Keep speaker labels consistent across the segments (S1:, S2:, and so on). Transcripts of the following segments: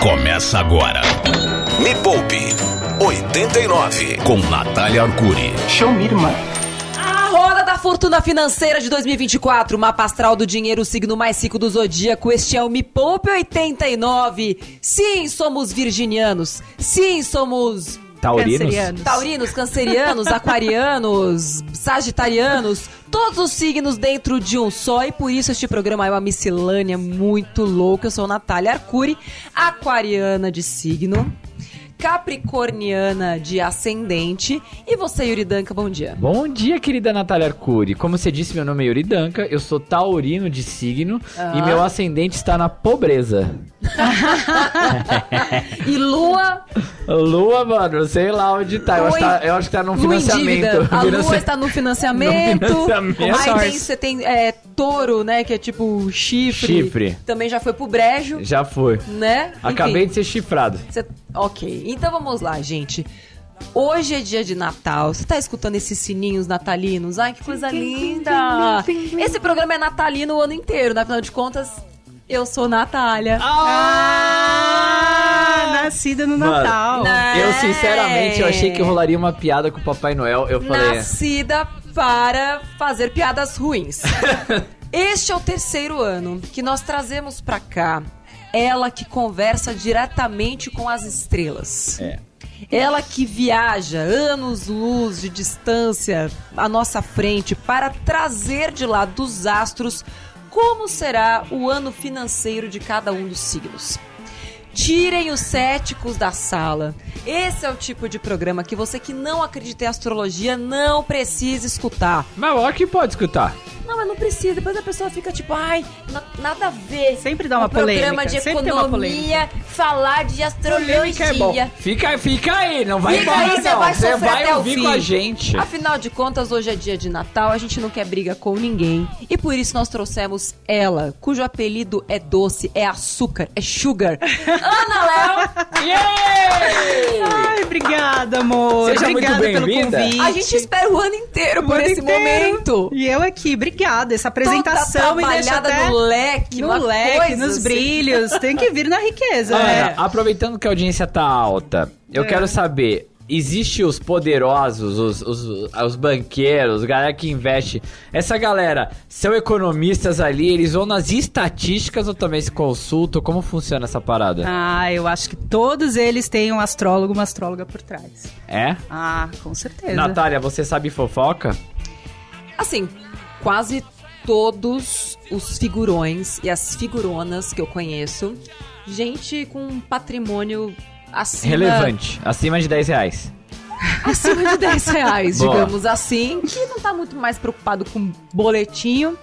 S1: Começa agora.
S2: Me Poupe 89.
S1: Com Natália Arcuri.
S3: Show me, irmã.
S4: A roda da fortuna financeira de 2024, mapa astral do dinheiro, o signo mais rico do zodíaco. Este é o Me Poupe 89. Sim, somos virginianos. Sim, somos
S5: Taurinos?
S4: taurinos, cancerianos, aquarianos, sagitarianos, todos os signos dentro de um só. E por isso este programa é uma miscelânea muito louca. Eu sou Natália Arcuri, aquariana de signo. Capricorniana de ascendente. E você, Yuri Danca, bom dia.
S5: Bom dia, querida Natália Arcuri. Como você disse, meu nome é Yuri Danca, eu sou taurino de signo e
S4: Ah.
S5: meu ascendente está na pobreza.
S4: E Lua,
S5: Lua, mano, sei lá onde tá. Eu acho, que tá- eu acho que tá num
S4: Lua
S5: financiamento.
S4: indívida. A Lua
S5: Financia-
S4: está no financiamento.
S5: No financiamento.
S4: Aí tem,
S5: Sorte.
S4: você tem é, touro, né? Que é tipo chifre.
S5: Chifre.
S4: Também já foi pro brejo,
S5: Já foi.
S4: né? Enfim,
S5: Acabei de ser chifrado.
S4: você- Ok. Então vamos lá, gente. Hoje é dia de Natal. Você tá escutando esses sininhos natalinos? Ai, que coisa linda! Esse programa é natalino o ano inteiro, né? Afinal de contas, eu sou Natália.
S3: Ah, nascida no
S5: Mano.
S3: Natal.
S4: Né?
S5: Eu, sinceramente, eu achei que rolaria uma piada com o Papai Noel. Eu falei. é.
S4: Nascida para fazer piadas ruins. este é o terceiro ano que nós trazemos pra cá ela que conversa diretamente com as estrelas.
S5: É.
S4: Ela que viaja anos-luz de distância à nossa frente para trazer de lá dos astros como será o ano financeiro de cada um dos signos. Tirem os céticos da sala. Esse é o tipo de programa que você que não acredita em astrologia não precisa escutar.
S5: Mas o que pode escutar?
S4: Não, mas não precisa. Depois a pessoa fica tipo, ai, na- nada a ver.
S3: Sempre dá uma
S4: um programa
S3: polêmica,
S4: de
S3: sempre tem uma
S4: economia, falar de
S3: Polêmica é bom.
S4: astrologia.
S5: Fica, fica aí, não vai
S4: Fica
S5: embora,
S4: aí, você
S5: não.
S4: vai sofrer até o
S5: ouvir
S4: fim.
S5: com a gente.
S4: Afinal de contas, hoje é dia de Natal, a gente não quer briga com ninguém. E por isso nós trouxemos ela, cujo apelido é doce, é açúcar, é sugar. Ana Léo!
S5: Yeah!
S3: Ai, obrigada, amor.
S5: Seja muito
S3: obrigada pelo
S5: bem-vinda.
S3: convite.
S4: A gente espera o ano inteiro
S3: O
S4: por
S3: ano
S4: esse
S3: inteiro.
S4: momento.
S3: E eu aqui, obrigada. Essa
S4: Toda
S3: apresentação me deixa
S4: trabalhada
S3: até
S4: no leque,
S3: no
S4: uma
S3: leque,
S4: coisa,
S3: nos
S4: assim.
S3: brilhos. Tem que vir na riqueza,
S5: Ana,
S3: né?
S5: aproveitando que a audiência tá alta, eu
S3: É.
S5: quero saber, existe os poderosos, os, os, os banqueiros, a galera que investe, essa galera, são economistas ali, eles vão nas estatísticas ou também se consultam? Como funciona essa parada?
S3: Ah, eu acho que todos eles têm um astrólogo, uma astróloga por trás.
S5: É?
S3: Ah, com certeza.
S5: Natália, você sabe fofoca?
S4: Assim, quase todos os figurões e as figuronas que eu conheço, gente com um patrimônio acima,
S5: Relevante, acima de 10 reais.
S4: acima de 10 reais,
S5: Boa.
S4: digamos assim, que não tá muito mais preocupado com boletinho.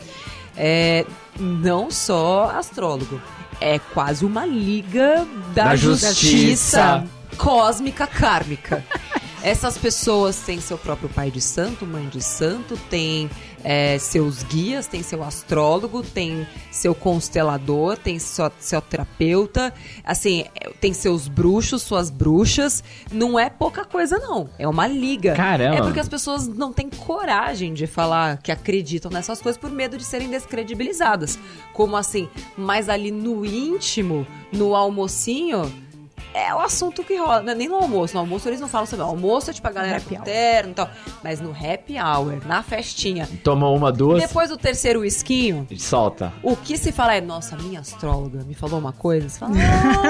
S4: É, não só astrólogo, é quase uma liga da,
S5: Da
S4: justiça
S5: justiça.
S4: cósmica kármica. Essas pessoas têm seu próprio pai de santo, mãe de santo, têm é, seus guias, tem seu astrólogo, tem seu constelador, tem sua- seu terapeuta, assim, é, tem seus bruxos, suas bruxas. Não é pouca coisa, não. É uma liga.
S5: Caramba.
S4: É porque as pessoas não têm coragem de falar que acreditam nessas coisas por medo de serem descredibilizadas. Como assim, mas ali no íntimo, no almocinho, é o assunto que rola. Não é Nem no almoço. No almoço eles não falam sobre. Almoço é tipo a galera
S3: Happy
S4: com
S3: hour.
S4: terno e tal. Mas no happy hour, na festinha.
S5: Tomou uma, duas,
S4: Depois do terceiro esquinho,
S5: solta.
S4: o que se fala é, nossa, minha astróloga me falou uma coisa. Você fala,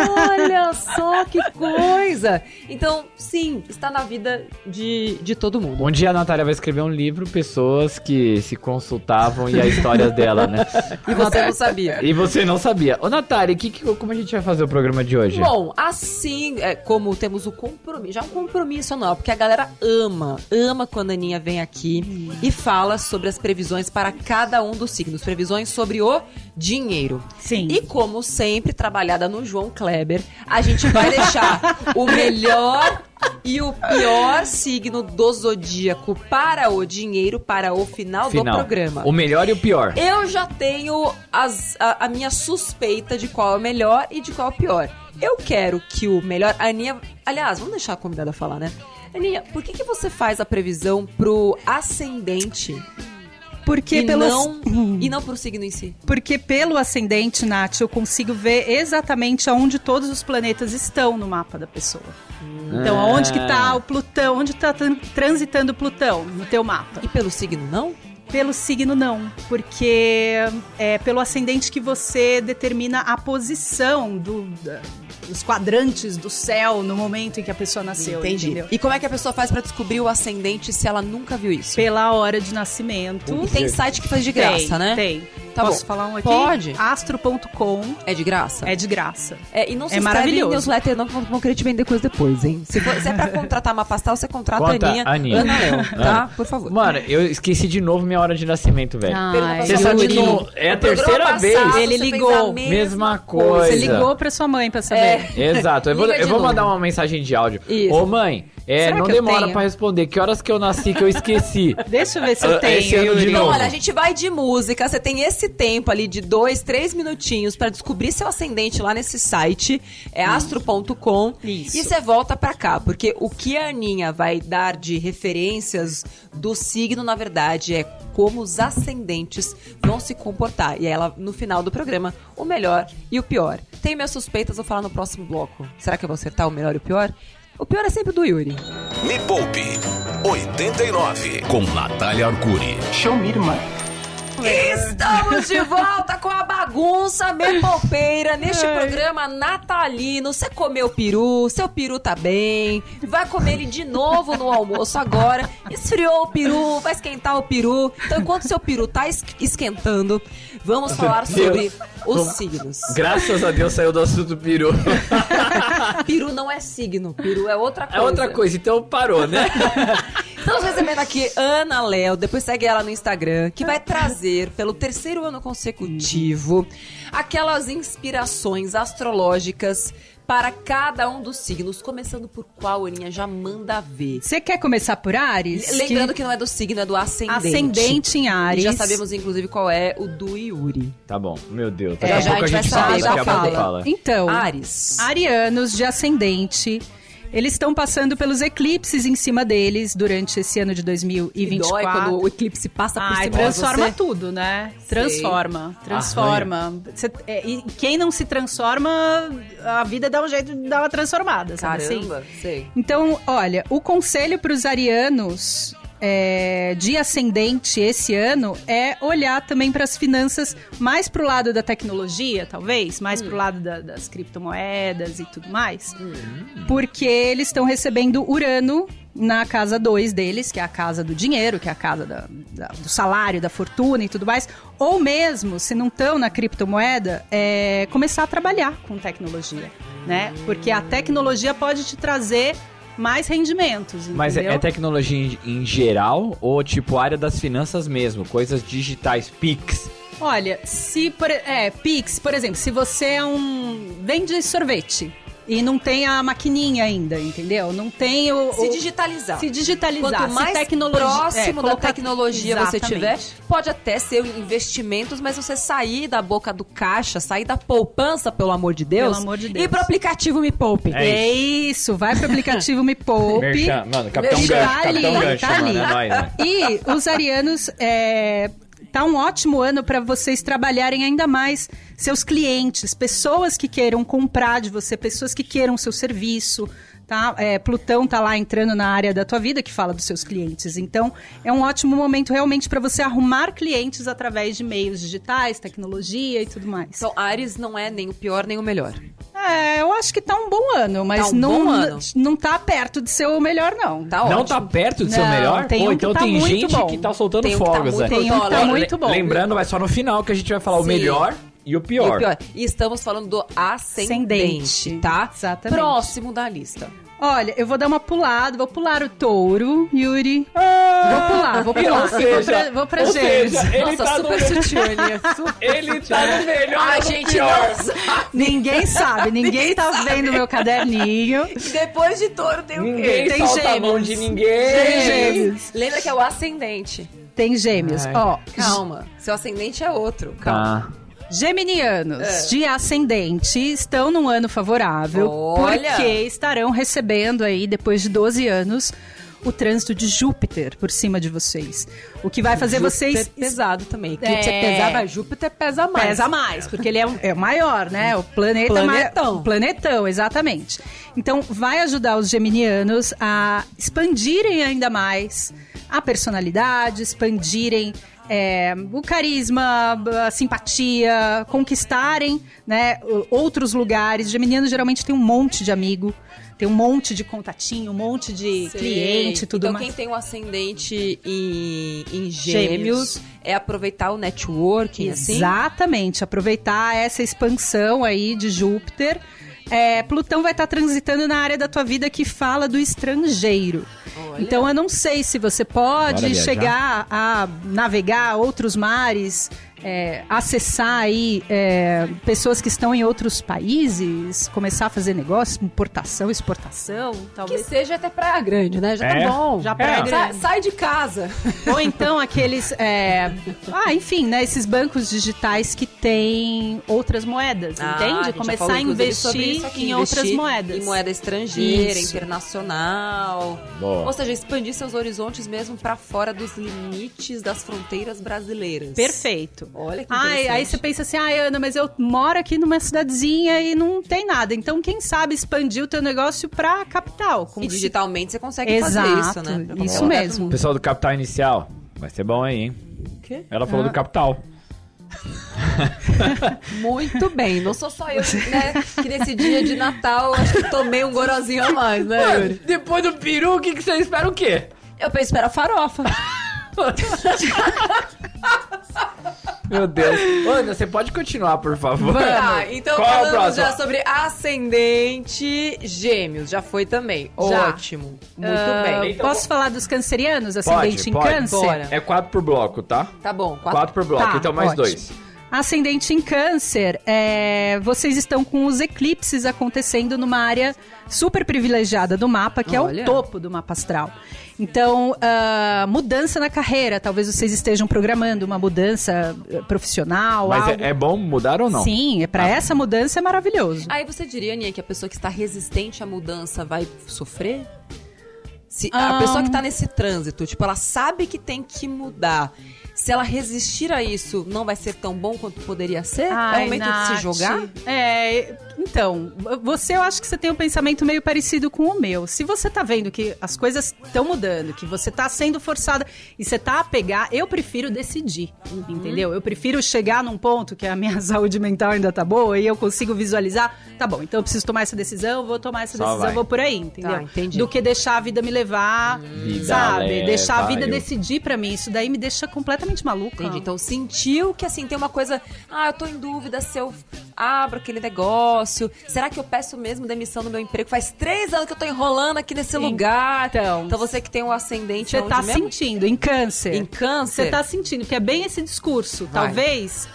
S4: olha só que coisa. Então, sim, está na vida de, de todo mundo.
S5: Um dia a Natália vai escrever um livro, pessoas que se consultavam e a história dela, né?
S4: E você não sabia.
S5: E você não sabia. Ô, Natália, que, que- como a gente vai fazer o programa de hoje?
S4: Bom, assim é, como temos o compromisso, já um compromisso anual, porque a galera ama, ama quando a Aninha vem aqui e fala sobre as previsões para cada um dos signos, previsões sobre o dinheiro.
S3: Sim.
S4: E como sempre, trabalhada no João Kleber, a gente vai deixar o melhor e o pior signo do zodíaco para o dinheiro, para o final, do programa.
S5: O melhor e o pior.
S4: Eu já tenho as- a, a minha suspeita de qual é o melhor e de qual é o pior. Eu quero que o melhor. A Aninha. Aliás, vamos deixar a convidada falar, né? Aninha, por que, que você faz a previsão pro ascendente
S3: Porque
S4: e,
S3: pelos-
S4: não, e não pro signo em si.
S3: Porque pelo ascendente, Nath, eu consigo ver exatamente aonde todos os planetas estão no mapa da pessoa. Então,
S5: Ah.
S3: aonde que tá o Plutão, onde tá tran- transitando o Plutão no teu mapa.
S4: E pelo signo não?
S3: Pelo signo, não. Porque é pelo ascendente que você determina a posição do, da- dos quadrantes do céu no momento em que a pessoa nasceu, entendeu?
S4: E como é que a pessoa faz pra descobrir o ascendente se ela nunca viu isso?
S3: Pela hora de nascimento.
S4: E tem site que faz de graça,
S3: tem,
S4: né?
S3: Tem.
S4: Tá
S3: Posso
S4: bom.
S3: falar um aqui?
S4: Pode.
S3: Astro.com
S4: É de graça?
S3: é de graça.
S4: É, e não se
S3: É
S4: inscreve em
S3: maravilhoso.
S4: newsletter não, que vão- vão querer te vender coisa depois, hein? Se, for, se é pra contratar uma pastel, você contrata
S5: Conta,
S4: a Aninha.
S5: Aninha.
S4: Anael, tá? Por favor.
S5: Mano, eu esqueci de novo minha hora de nascimento, velho.
S4: Ai,
S5: Você sabe que não- é a terceira vez.
S3: Ele ligou.
S5: Mesma
S3: Você
S5: Pois é.
S3: ligou pra sua mãe pra saber.
S4: É.
S5: Exato. Eu vou,
S4: Liga de
S5: eu vou
S4: novo.
S5: mandar uma mensagem de áudio.
S4: Isso.
S5: Ô, mãe, é,
S4: Será
S5: não
S4: que eu
S5: demora
S4: tenho?
S5: pra responder. Que horas que eu nasci que eu esqueci?
S3: Deixa eu ver se
S5: Ah,
S3: eu tenho.
S5: esse ano de
S3: Yuri.
S4: Então,
S5: novo.
S4: olha, a gente vai de música. Você tem esse tempo ali de dois, três minutinhos pra descobrir seu ascendente lá nesse site, é astro.com.
S3: Isso.
S4: E você volta pra cá, porque o que a Aninha vai dar de referências do signo, na verdade, é como os ascendentes vão se comportar. E aí ela, no final do programa, o melhor e o pior. Tem minhas suspeitas, vou falar no próximo bloco. Será que eu vou acertar o melhor e o pior? O pior é sempre do Yuri.
S2: Me Poupe 89.
S1: Com Natália Arcuri.
S4: Estamos de volta com a bagunça mepopeira neste programa natalino. Você comeu peru, seu peru tá bem, vai comer ele de novo no almoço agora. Esfriou o peru, vai esquentar o peru. Então, enquanto seu peru tá es- esquentando, vamos falar sobre os signos.
S5: Graças a Deus saiu do assunto peru.
S4: Peru não é signo, peru é outra
S5: É
S4: coisa.
S5: outra coisa, então parou, né?
S4: Estamos recebendo aqui Ana Léo, depois segue ela no Instagram, que vai trazer, pelo terceiro ano consecutivo, aquelas inspirações astrológicas para cada um dos signos, começando por qual, Aninha? Já manda ver.
S3: Você quer começar por Ares?
S4: Lembrando que não é do signo, é do ascendente.
S3: ascendente em
S4: E
S3: Ares.
S4: já sabemos, inclusive, qual é o do Yuri.
S5: Tá bom, meu Deus.
S4: É,
S5: Daqui a
S4: já
S5: pouco
S4: a
S5: a
S4: gente vai
S5: gente
S4: saber,
S5: fala, daqui
S4: já
S5: a pouco
S4: fala.
S5: fala.
S3: Então,
S4: Ares.
S3: arianos de ascendente, eles estão passando pelos eclipses em cima deles durante esse ano de
S4: Que dói quando
S3: 2024.
S4: o eclipse passa por
S3: Ai,
S4: cima de
S3: transforma
S4: você. Ah,
S3: tudo, né? Transforma, transforma. Cê- é, e quem não se transforma, a vida dá um jeito de dar uma transformada, sabe assim?
S4: Caramba, sei.
S3: Então, olha, o conselho para os arianos é, de ascendente esse ano é olhar também para as finanças mais pro lado da tecnologia, talvez, mais pro lado da- das criptomoedas e tudo mais, porque eles estão recebendo Urano na casa 2 deles, que é a casa do dinheiro, que é a casa da- da- do salário, da fortuna e tudo mais, ou mesmo, se não estão na criptomoeda, é, começar a trabalhar com tecnologia, né? Porque a tecnologia pode te trazer mais rendimentos,
S5: Mas é,
S3: entendeu?
S5: é tecnologia em, em geral ou tipo área das finanças mesmo? Coisas digitais, Pix.
S3: Olha, se por, é, Pix, por exemplo, se você é um vende sorvete e não tem a maquininha ainda, entendeu? Não tem o,
S4: Se
S3: o-
S4: digitalizar.
S3: se digitalizar,
S4: Quanto
S3: se
S4: mais
S3: tecnologi-
S4: próximo
S3: é,
S4: da
S3: colocar-
S4: tecnologia você
S3: Exatamente.
S4: tiver, pode até ser investimentos, mas você sair da boca do caixa, sair da poupança, pelo amor de Deus,
S3: Pelo amor de Deus.
S4: e pro aplicativo Me Poupe.
S5: É
S3: É isso, vai pro aplicativo Me Poupe.
S5: Merchan, mano, Capitão
S3: Merchan,
S5: Então, Gancho,
S3: tá
S5: Capitão
S3: ali,
S5: Gancho,
S3: tá
S5: mano,
S3: ali.
S5: é nóis, né?
S3: E os arianos, é, tá um ótimo ano para vocês trabalharem ainda mais seus clientes, pessoas que queiram comprar de você, pessoas que queiram seu serviço. Tá? É, Plutão tá lá entrando na área da tua vida que fala dos seus clientes. Então, é um ótimo momento realmente para você arrumar clientes através de meios digitais, tecnologia e tudo mais.
S4: Então, Ares não é nem o pior nem o melhor.
S3: É, eu acho que tá um bom ano, mas
S4: Tá um
S3: não,
S4: bom ano.
S3: não tá perto de ser o melhor, não.
S4: Tá ótimo.
S5: Não tá perto de ser o
S3: Não,
S5: melhor?
S3: tem
S5: Pô,
S3: um que
S5: então
S3: tá
S5: tem
S3: muito
S5: gente
S3: bom.
S5: que tá soltando
S4: Tem um que tá
S5: fogos,
S4: muito
S5: né?
S3: Tem um que tá
S4: Olha,
S3: muito bom.
S5: Lembrando, mas só no final que a gente vai falar o
S4: Sim.
S5: melhor e o
S4: E,
S5: pior.
S4: o um pior. e estamos falando do ascendente,
S3: Ascendente,
S4: tá?
S3: exatamente.
S4: Próximo da lista.
S3: Olha, eu vou dar uma pulada, vou pular o touro, Yuri. vou pular, vou pular.
S5: Ou
S3: E vou
S5: seja,
S3: pra, vou pra
S5: ou
S3: Gêmeos.
S5: seja, ele
S4: Nossa,
S5: tá no
S4: super sutil, Aninha. Super
S5: Ele tá no melhor
S4: A
S5: ou no
S4: gente
S5: pior?
S4: não sabe.
S3: Ninguém sabe, ninguém, tá vendo meu caderninho.
S4: E depois de touro tem o quê?
S5: Ninguém
S3: é Tem
S5: solta a mão
S3: gêmeos.
S5: de ninguém.
S3: Tem gêmeos.
S4: Lembra que é o ascendente.
S3: Tem gêmeos.
S5: Ai.
S3: Ó,
S4: Calma. Seu ascendente é outro. Calma.
S5: Tá.
S3: Geminianos de ascendente estão num ano favorável
S4: Olha!
S3: porque estarão recebendo aí depois de 12 anos o trânsito de Júpiter por cima de vocês. O que vai fazer vocês
S4: Júpiter é pesado também. Que
S3: É.
S4: é pesado, mas Júpiter pesa mais.
S3: Pesa mais, porque ele é, o- é o maior, né? O planeta
S4: Planetão.
S3: mai- planetão, exatamente. Então, vai ajudar os geminianos a expandirem ainda mais a personalidade, expandirem é, o carisma, a simpatia, conquistarem né, o- outros lugares. Geminiano geralmente tem um monte de amigo, tem um monte de contatinho, um monte de
S4: Sei.
S3: cliente, tudo
S4: então,
S3: mais.
S4: quem tem um ascendente em, em
S3: Gêmeos.
S4: gêmeos, é aproveitar o networking, assim.
S3: Exatamente, aproveitar essa expansão aí de Júpiter. É, Plutão vai estar transitando na área da tua vida que fala do estrangeiro. Então eu não sei se você
S1: Bora
S3: pode
S1: viajar.
S3: chegar a navegar outros mares, é, acessar aí é, pessoas que estão em outros países, começar a fazer negócio, importação, exportação,
S4: Que
S3: talvez.
S4: seja até Praia Grande, né? Já
S6: É.
S4: tá bom.
S3: Já Praia
S4: Sa- Sai,
S3: Grande.
S4: de casa.
S3: Ou então aqueles. é, Ah, enfim, né? Esses bancos digitais que têm outras moedas,
S4: Ah, a
S3: entende?
S4: gente já falou,
S3: Começar a
S4: inclusive, sobre
S3: investir
S4: isso aqui,
S3: em
S4: investir
S3: outras moedas.
S4: Em moeda estrangeira,
S3: Isso.
S4: internacional. Ou
S1: Boa.
S4: seja, expandir seus horizontes mesmo pra fora dos limites das fronteiras brasileiras.
S3: Perfeito.
S4: Olha que
S3: Ai, aí você
S4: interessante.
S3: pensa assim, ai, Ana, mas eu moro aqui numa cidadezinha e não tem nada. Então, quem sabe expandir o teu negócio pra capital. Com
S4: E digitalmente você consegue fazer
S3: Exato,
S4: isso, né? Pra
S3: isso
S4: qualquer lugar do
S3: mesmo.
S4: mundo.
S6: Pessoal do Capital Inicial, vai ser bom aí, hein?
S4: Quê? Ah.
S6: Ela falou do Capital.
S4: Muito bem, não sou só eu, né? Que nesse dia de Natal acho que tomei um gorozinho a mais, né, Yuri?
S5: Depois do peru, o que, que você espera o quê?
S4: Eu pensei, espera farofa.
S5: Meu Deus. Ana, você pode continuar, por favor?
S4: Tá, então
S6: Qual é o
S4: falamos
S6: próximo?
S4: já sobre ascendente gêmeos. Já Ah, foi também. Ótimo. Muito bem.
S6: Então,
S3: Posso falar dos cancerianos,
S6: Pode,
S3: ascendente em
S6: pode.
S3: câncer?
S4: Bora.
S6: É quatro por bloco, tá?
S4: Tá bom. Quatro.
S6: Quatro por bloco,
S3: Tá,
S6: então mais
S3: ótimo.
S6: dois.
S3: Ascendente em câncer, é, vocês estão com os eclipses acontecendo numa área super privilegiada do mapa, que é
S4: Olha.
S3: o topo do mapa astral. Então, ah, mudança na carreira, talvez vocês estejam programando uma mudança eh, profissional,
S6: Mas
S3: algo.
S6: é, é bom mudar ou não? Ah.
S3: Sim, é para essa mudança é maravilhoso.
S4: Aí você diria, Aninha, que a pessoa que está resistente à mudança vai sofrer? Se
S3: Ah.
S4: a pessoa que está nesse trânsito, tipo, ela sabe que tem que mudar. Se ela resistir a isso, não vai ser tão bom quanto poderia ser? é
S3: Ai,
S4: o momento de
S3: Nath.
S4: se jogar?
S3: É, então, você eu acho que você tem um pensamento meio parecido com o meu. Se você tá vendo que as coisas estão mudando, que você tá sendo forçada e você tá a pegar, eu prefiro decidir,
S4: Uhum.
S3: entendeu? Eu prefiro chegar num ponto que a minha saúde mental ainda tá boa e eu consigo visualizar, tá bom, então eu preciso tomar essa decisão, vou tomar essa
S6: Só
S3: decisão,
S6: vai.
S3: vou por aí, entendeu?
S4: Tá, entendi.
S3: Do que deixar a vida me levar,
S6: Vida
S3: sabe?
S6: leva
S3: deixar a vida
S6: eu.
S3: decidir pra mim, isso daí me deixa completamente maluca.
S4: Entendi. Então sentiu que assim tem uma coisa. Ah, eu tô em dúvida se eu abro aquele negócio. Será que eu peço mesmo demissão do meu emprego? Faz três anos que eu tô enrolando aqui nesse lugar.
S3: Então.
S4: então você que tem um ascendente
S3: Você
S4: aonde
S3: tá
S4: mesmo?
S3: sentindo em câncer.
S4: em câncer.
S3: Você tá sentindo que é bem esse discurso.
S4: Vai.
S3: Talvez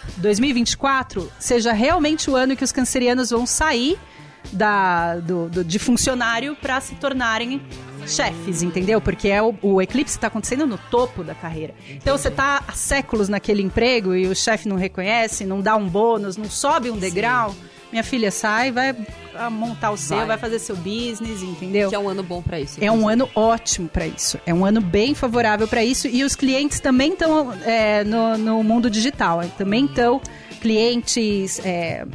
S3: 2024 seja realmente o ano que os cancerianos vão sair da, do, do- de funcionário para se tornarem chefes, entendeu? Porque é o, o eclipse está acontecendo no topo da carreira. Então você tá há séculos naquele emprego e o chefe não reconhece, não dá um bônus, não sobe um degrau. Minha filha sai, vai ah, montar o seu,
S4: Vai.
S3: vai, fazer seu business, entendeu?
S4: Que é um ano bom pra isso.
S3: É um
S4: inclusive.
S3: ano ótimo para isso. É um ano bem favorável para isso. E os clientes também estão é, no, no mundo digital. é, Também estão clientes. é,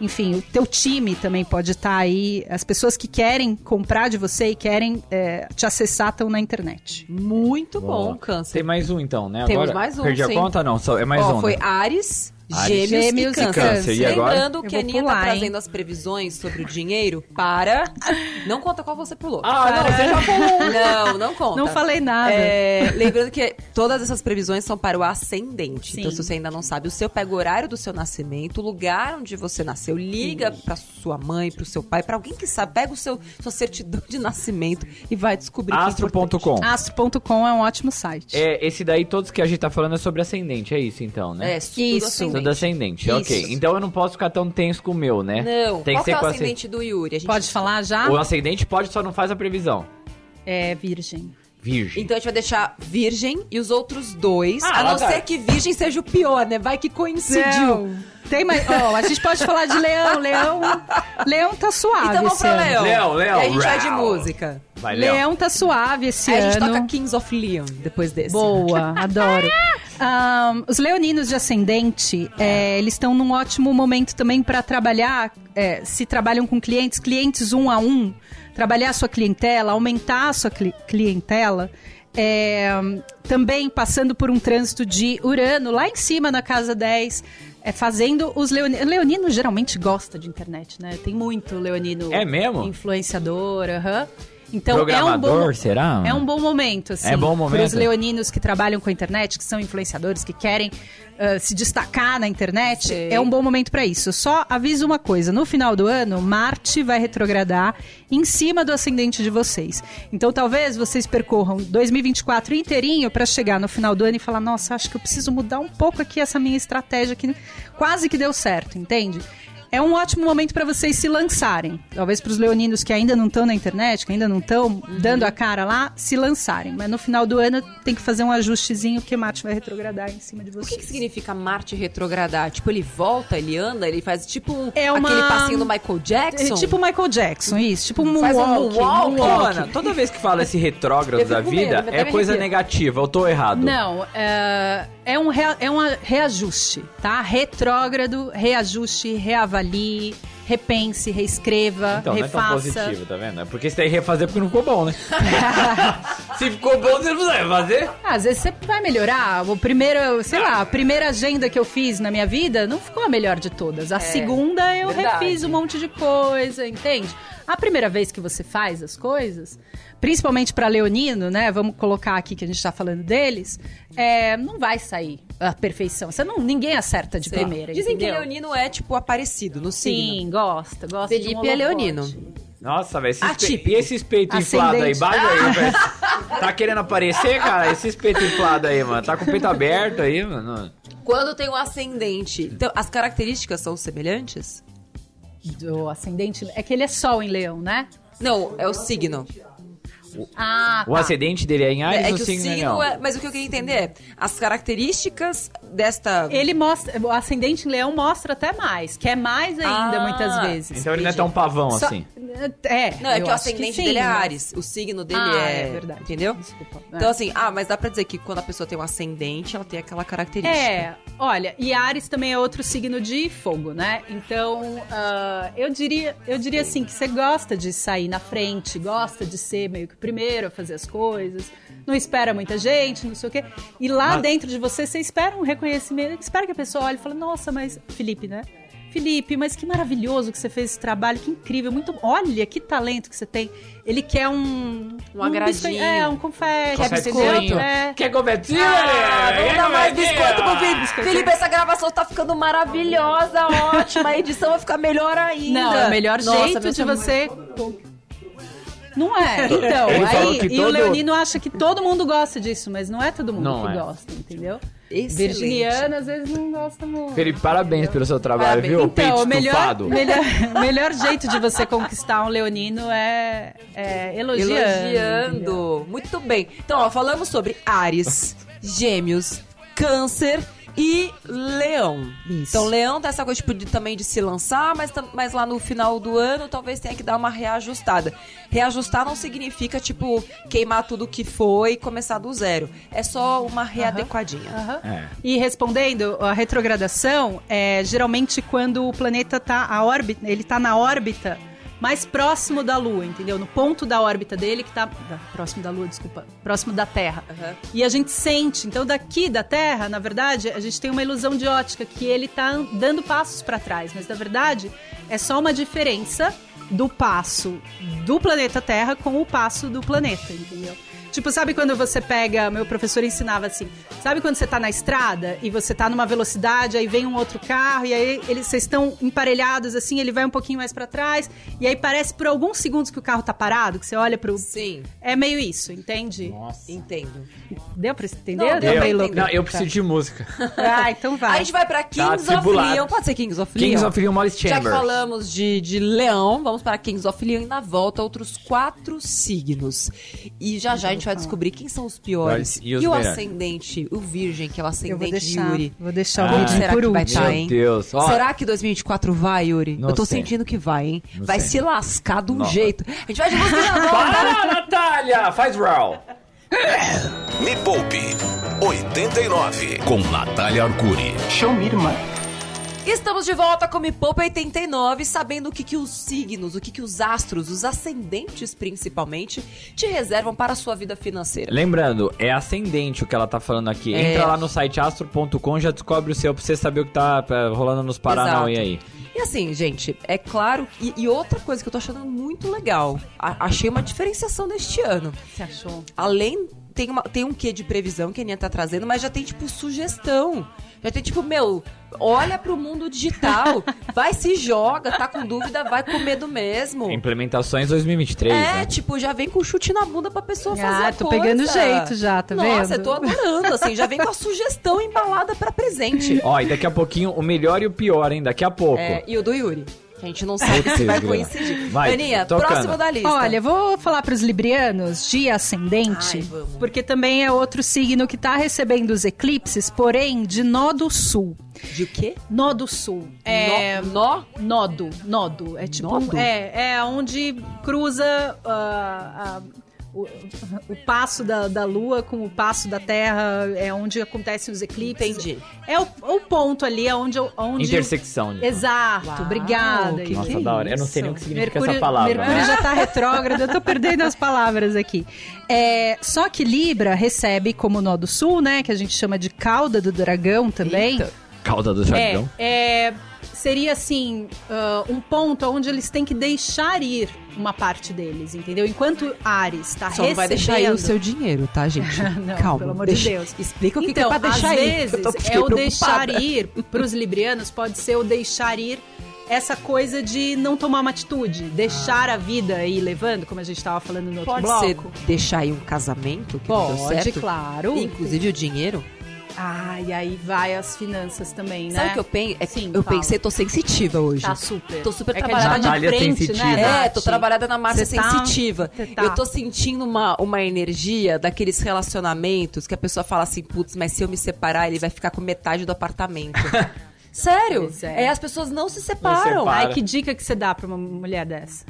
S3: enfim, o teu time também pode estar aí. As pessoas que querem comprar de você e querem é, te acessar estão na internet.
S4: muito
S6: Boa.
S4: bom, câncer.
S6: Tem mais um então, né?
S4: Temos
S6: Agora,
S4: mais um,
S6: Perdi a
S4: sim.
S6: conta? Não, só, é mais
S4: Ó,
S6: um.
S4: foi
S6: né?
S4: Ares,
S6: Ares,
S4: Gêmeos,
S3: Gêmeos
S4: e
S3: e
S4: Câncer.
S6: Câncer. E agora?
S4: Lembrando
S3: Eu
S4: que
S3: vou
S4: a Aninha
S3: pular,
S4: tá
S3: hein?
S4: trazendo as previsões sobre o dinheiro para. Não conta qual você pulou.
S6: Ah, não,
S4: Para-
S6: você já falou.
S4: Não, não conta.
S3: Não falei nada.
S4: tá. É, lembrando que todas essas previsões são para o ascendente.
S3: Sim.
S4: Então, se você ainda não sabe o seu, pega o horário do seu nascimento, o lugar onde você nasceu, liga pra sua mãe, pro seu pai, pra alguém que sabe, pega o seu sua certidão de nascimento e vai descobrir. que é importante.
S6: Astro.com.
S3: Astro.com é um ótimo site.
S6: É, esse daí, todos que a gente tá falando é sobre ascendente, é isso então, né?
S4: É, tudo
S3: Isso.
S4: ascendente.
S6: Tudo ascendente, ok.
S3: Isso.
S6: Então eu não posso ficar tão tenso com o meu, né?
S4: Não,
S6: Tem
S4: qual
S6: que
S4: é
S6: ser
S4: o
S6: com
S4: ascendente do Yuri? A gente-
S3: Pode falar já?
S6: ascendente. O ascendente pode, só não faz a previsão.
S3: É virgem.
S6: Virgem.
S4: Então a gente vai deixar virgem e os outros dois.
S6: Ah,
S4: a não
S6: tá.
S4: ser que virgem seja o pior, né? Vai que coincidiu.
S3: Não. Tem mais. Ó, a gente pode falar de leão. Leão. Leão tá suave.
S4: Então vamos
S3: esse
S4: pro
S3: ano.
S4: Leão.
S6: Leão, Leão,
S4: E a gente vai de
S6: rau.
S4: música.
S5: Vai, Léo.
S3: Leão tá suave esse
S4: Aí É, a
S3: ano.
S4: gente toca Kings of Leon depois desse.
S3: Boa, adoro. Ahn, Ah, um, os leoninos de ascendente, é, eles estão num ótimo momento também para trabalhar, é, se trabalham com clientes, clientes um a um, trabalhar a sua clientela, aumentar a sua cli- clientela. É, também passando por um trânsito de Urano, lá em cima na casa 10, é, fazendo os leoninos. Leonino geralmente gosta de internet, né? Tem muito leonino.
S5: É mesmo?
S3: Influenciador, aham. Então é um
S5: Programador,
S3: bom.
S5: será?
S3: É um bom momento, assim.
S5: É bom momento.
S3: Para os leoninos que trabalham com a internet, que são influenciadores, que querem ah, se destacar na internet,
S4: Sei.
S3: é um bom momento para isso. Só aviso uma coisa: no final do ano, Marte vai retrogradar em cima do ascendente de vocês. Então talvez vocês percorram 2024 inteirinho para chegar no final do ano e falar: nossa, acho que eu preciso mudar um pouco aqui essa minha estratégia que quase que deu certo, entende? É um ótimo momento para vocês se lançarem. Talvez para os leoninos que ainda não estão na internet, que ainda não estão dando a cara lá, se lançarem. Mas no final do ano tem que fazer um ajustezinho porque Marte vai retrogradar em cima de
S4: O
S3: vocês.
S4: que, que significa Marte retrogradar? Tipo, ele volta, ele anda, ele faz tipo um,
S3: É uma-
S4: aquele passinho do Michael
S3: É
S4: Jackson?
S3: tipo Michael Jackson, isso. Tipo um moonwalk.
S4: Faz um moonwalk.
S5: Mano, toda vez que fala esse retrógrado
S4: Eu fico
S5: da
S4: com
S5: vida,
S4: medo, até
S5: é
S4: me
S5: coisa
S4: arrepia.
S5: negativa, eu tô errado.
S3: Não, é, é um, rea- é um reajuste, tá? Retrógrado, reajuste, reavalie, repense, reescreva,
S5: Então, não é tão
S3: refaça.
S5: positivo, tá vendo? É porque você tem que refazer porque não ficou bom, né? Se ficou bom, você não vai fazer.
S3: Ah, Às vezes você vai melhorar. O primeiro, sei lá,
S4: Ah.
S3: a primeira agenda que eu fiz na minha vida não ficou a melhor de todas. A segunda eu
S4: É, verdade.
S3: refiz um monte de coisa, entende? A primeira vez que você faz as coisas, principalmente pra Leonino, né? Vamos colocar aqui que a gente tá falando deles, é, não vai sair a perfeição. Você não, ninguém acerta de
S4: Sei.
S3: primeira.
S4: Dizem que
S3: entendeu?
S4: Leonino é, tipo, aparecido no signo.
S3: Sim, gosta, gosta. de um
S4: Felipe é
S3: holofote.
S4: leonino.
S5: Nossa, velho, esses pe...
S4: Atípico.
S5: e esses peitos inflados aí?
S3: Ascendente.
S5: Baixa aí, velho. Tá querendo aparecer, cara? Esses peitos inflados aí, mano. Tá com o peito aberto aí, mano.
S4: Quando tem um ascendente. Então, as características são semelhantes?
S3: Do ascendente. É que ele é sol em leão, né?
S4: Não, é o signo.
S3: Ah,
S5: O acidente dele é em Ares,
S4: é
S5: o
S4: que
S5: signo,
S4: o signo
S5: não.
S4: é. Mas o que eu queria entender é as características desta.
S3: Ele mostra, o ascendente em leão mostra até mais, quer mais ainda
S4: Ah,
S3: muitas vezes.
S5: Então ele não é tão pavão
S3: Só-
S5: assim.
S3: É.
S4: Não, é
S3: eu
S4: que o
S3: acho
S4: ascendente
S3: sim,
S4: dele é
S3: né?
S4: Ares. O signo dele
S3: Ah,
S4: é.
S3: é verdade. É.
S4: Entendeu?
S3: Desculpa.
S4: Então, assim, ah, mas dá pra dizer que quando a pessoa tem um ascendente, ela tem aquela característica.
S3: É, olha, e Ares também é outro signo de fogo, né? Então, ah, eu diria, eu diria assim que você gosta de sair na frente, gosta de ser meio que o primeiro a fazer as coisas, não espera muita gente, não sei o quê. E lá
S5: Mas-
S3: dentro de você, você espera um reconhecimento, espera que a pessoa olhe e fale: "Nossa, mas Felipe, né? Felipe, mas que maravilhoso que você fez esse trabalho, que incrível, muito. Olha que talento que você tem. Ele quer um
S4: Um
S3: biscoito-
S4: agradinho.
S3: é, um confete,
S5: Quer
S3: biscoito,
S5: biscoito?
S3: é.
S5: Quer É, confetinho?
S4: Ah, vamos
S5: Quer
S4: dar mais
S5: confetinho?
S4: biscoito pro Felipe. Felipe, essa gravação tá ficando maravilhosa, ótima. A edição vai ficar melhor ainda.
S3: Não, é o melhor
S4: Nossa,
S3: jeito
S4: meu
S3: de
S4: tamanho.
S3: você. Não é. Então,
S5: Ele falou
S3: aí.
S5: que
S3: E o
S5: todo-
S3: Leonino acha que todo mundo gosta disso, mas não é todo mundo
S5: Não
S3: que
S5: é.
S3: gosta, entendeu?
S4: Excelente.
S3: Virginiano, às vezes, não gosta muito.
S5: Felipe, parabéns pelo seu trabalho,
S4: Parabéns.
S5: viu?
S3: Então, o
S5: Peito
S3: melhor,
S5: estufado.
S3: melhor, melhor jeito de você conquistar um leonino é, é elogiando. entendeu?
S4: Elogiando. Muito bem. Então, ó, falamos sobre Ares, Gêmeos, Câncer e Leão.
S3: Isso.
S4: Então, Leão tem essa coisa tipo, de, também de se lançar, mas, tam- mas lá no final do ano talvez tenha que dar uma reajustada. Reajustar não significa, tipo, queimar tudo que foi e começar do zero. É só uma readequadinha.
S3: Aham.
S5: É.
S3: E respondendo, a retrogradação é geralmente quando o planeta tá a órbita, ele tá na órbita mais próximo da Lua, entendeu? No ponto da órbita dele que tá da- próximo da Lua, desculpa, próximo da Terra.
S4: Aham.
S3: E a gente sente, então daqui da Terra, na verdade, a gente tem uma ilusão de ótica que ele tá an- dando passos para trás, mas na verdade é só uma diferença do passo do planeta Terra com o passo do planeta, entendeu? Tipo, sabe quando você pega. Meu professor ensinava assim. Sabe quando você tá na estrada e você tá numa velocidade, aí vem um outro carro, e aí eles, vocês estão emparelhados assim, ele vai um pouquinho mais pra trás, e aí parece por alguns segundos que o carro tá parado, que você olha pro.
S4: Sim,
S3: É meio isso, entende?
S4: entendo.
S3: Deu pra entender?
S4: Não, deu pra
S3: meio
S5: Eu,
S4: entender.
S3: louco.
S5: não, eu preciso de música.
S3: Ah, então
S4: A
S3: vai.
S4: gente vai pra Kings of
S5: Tá atribulado.
S4: Leon. Pode ser Kings of Leon?
S5: Kings of Leon Morris
S4: Já que
S5: Chambers.
S4: falamos de, de leão, vamos para Kings of Leon e na volta outros quatro signos. E já já a gente gente vai descobrir quem são os piores.
S5: Piores
S4: E,
S5: e os
S4: o
S5: melhores.
S4: ascendente, o virgem, que é o
S3: Eu vou
S4: ascendente de
S3: deixar,
S4: Yuri.
S3: vou deixar o
S5: Ah,
S3: vídeo
S4: será
S3: por
S4: que vai
S3: último.
S4: estar,
S5: Meu
S4: hein?
S5: Deus. Ó,
S4: Será que 2024 vai, Yuri?
S5: Não
S4: Eu tô
S5: sei.
S4: sentindo que vai, hein?
S5: Não
S4: vai
S5: sei.
S4: se lascar de um
S5: Não.
S4: jeito. A gente vai de música nova.
S5: Para, Natália! Faz roll!
S2: Me Poupe 89.
S1: Com Natália Arcuri.
S4: Estamos de volta com Me Poupa 89, sabendo o que, que os signos, o que, que os astros, os ascendentes principalmente, te reservam para a sua vida financeira.
S5: Lembrando, é ascendente o que ela tá falando aqui.
S4: É.
S5: Entra lá no site astro.com, já descobre o seu pra você saber o que tá eh, rolando nos Paranauê
S4: Exato.
S5: aí.
S4: E assim, gente, é claro. E, e outra coisa que eu tô achando muito legal. a- achei uma diferenciação neste ano.
S3: Você achou?
S4: Além, tem, uma, tem um quê de previsão que a Aninha tá trazendo, mas já tem, tipo, sugestão. Já tem, tipo, meu, olha pro mundo digital. vai, se joga, tá com dúvida, vai com medo mesmo.
S5: Implementações 2023,
S4: É,
S5: né?
S4: tipo, já vem com chute na bunda pra pessoa
S3: Ah,
S4: fazer a
S3: tô
S4: coisa.
S3: pegando jeito já, tá
S4: Nossa,
S3: vendo?
S4: eu tô adorando, assim, já vem com a sugestão embalada pra presente.
S5: Ó, e daqui a pouquinho o melhor e o pior, hein? Daqui a pouco.
S4: É, e o do Yuri. que A gente não sabe se
S5: Putz,
S4: vai
S5: grila.
S4: coincidir.
S5: Vai,
S4: Aninha,
S5: tocando.
S4: próximo da lista.
S3: Olha, vou falar para os librianos de ascendente,
S4: Ai, vamos.
S3: porque também é outro signo que tá recebendo os eclipses, porém de nó do sul.
S4: de o quê?
S3: Nó do sul. É
S4: Nó? nó?
S3: nodo, nodo. É tipo,
S4: Nodo?
S3: é, é onde cruza ah, ah, o, o passo da, da lua com o passo da terra, é onde acontecem os eclipses.
S4: Entendi.
S3: É o, o ponto ali, é onde... onde
S5: Intersecção. então.
S3: Exato,
S4: Uau,
S3: obrigada.
S4: que
S3: Isa.
S5: Nossa, da hora. Eu não sei nem o que significa
S3: Mercúrio,
S5: essa palavra.
S3: Mercúrio já tá retrógrado, eu tô perdendo as palavras aqui. É, só que Libra recebe como nó do sul, né? Que a gente chama de cauda do dragão também.
S4: Eita.
S5: Cauda do
S3: É,
S5: jardim.
S3: é, seria assim, ah, um ponto onde eles têm que deixar ir uma parte deles, entendeu? Enquanto Ares
S4: Só
S3: tá recebendo...
S4: não vai deixar aí o seu dinheiro, tá, gente?
S3: Não,
S4: Calma.
S3: pelo amor de
S4: deixa-
S3: Deus.
S4: Explica o que,
S3: então,
S4: que é pra deixar
S3: às
S4: aí.
S3: vezes,
S4: que eu tô-
S3: é
S4: fiquei
S3: o deixar
S4: preocupada.
S3: ir, pros librianos, pode ser o deixar ir essa coisa de não tomar uma atitude, deixar a vida ir levando, como a gente estava falando no outro
S4: Pode
S3: bloco.
S4: ser deixar aí um casamento que não deu
S3: Pode,
S4: certo.
S3: claro.
S4: Inclusive o dinheiro.
S3: Ah, e aí vai as finanças também, né?
S4: Sabe o que eu penso? É,
S3: Sim,
S4: eu
S3: fala.
S4: pensei, tô sensitiva hoje.
S3: Tá super.
S4: Tô super
S3: é que a
S4: trabalhada.
S3: gente tá de
S5: Natália
S3: frente,
S5: sensitiva.
S3: né?
S4: É,
S3: Nath?
S4: tô trabalhada na Márcia
S3: Cê tá?
S4: sensitiva.
S3: Cê tá.
S4: Eu tô sentindo uma, uma energia daqueles relacionamentos que a pessoa fala assim, putz, mas se eu me separar, ele vai ficar com metade do apartamento. Sério?
S3: Pois é.
S4: É. as pessoas não se separam.
S5: separa.
S4: Ai,
S3: Ai, que dica que você dá pra uma mulher dessa?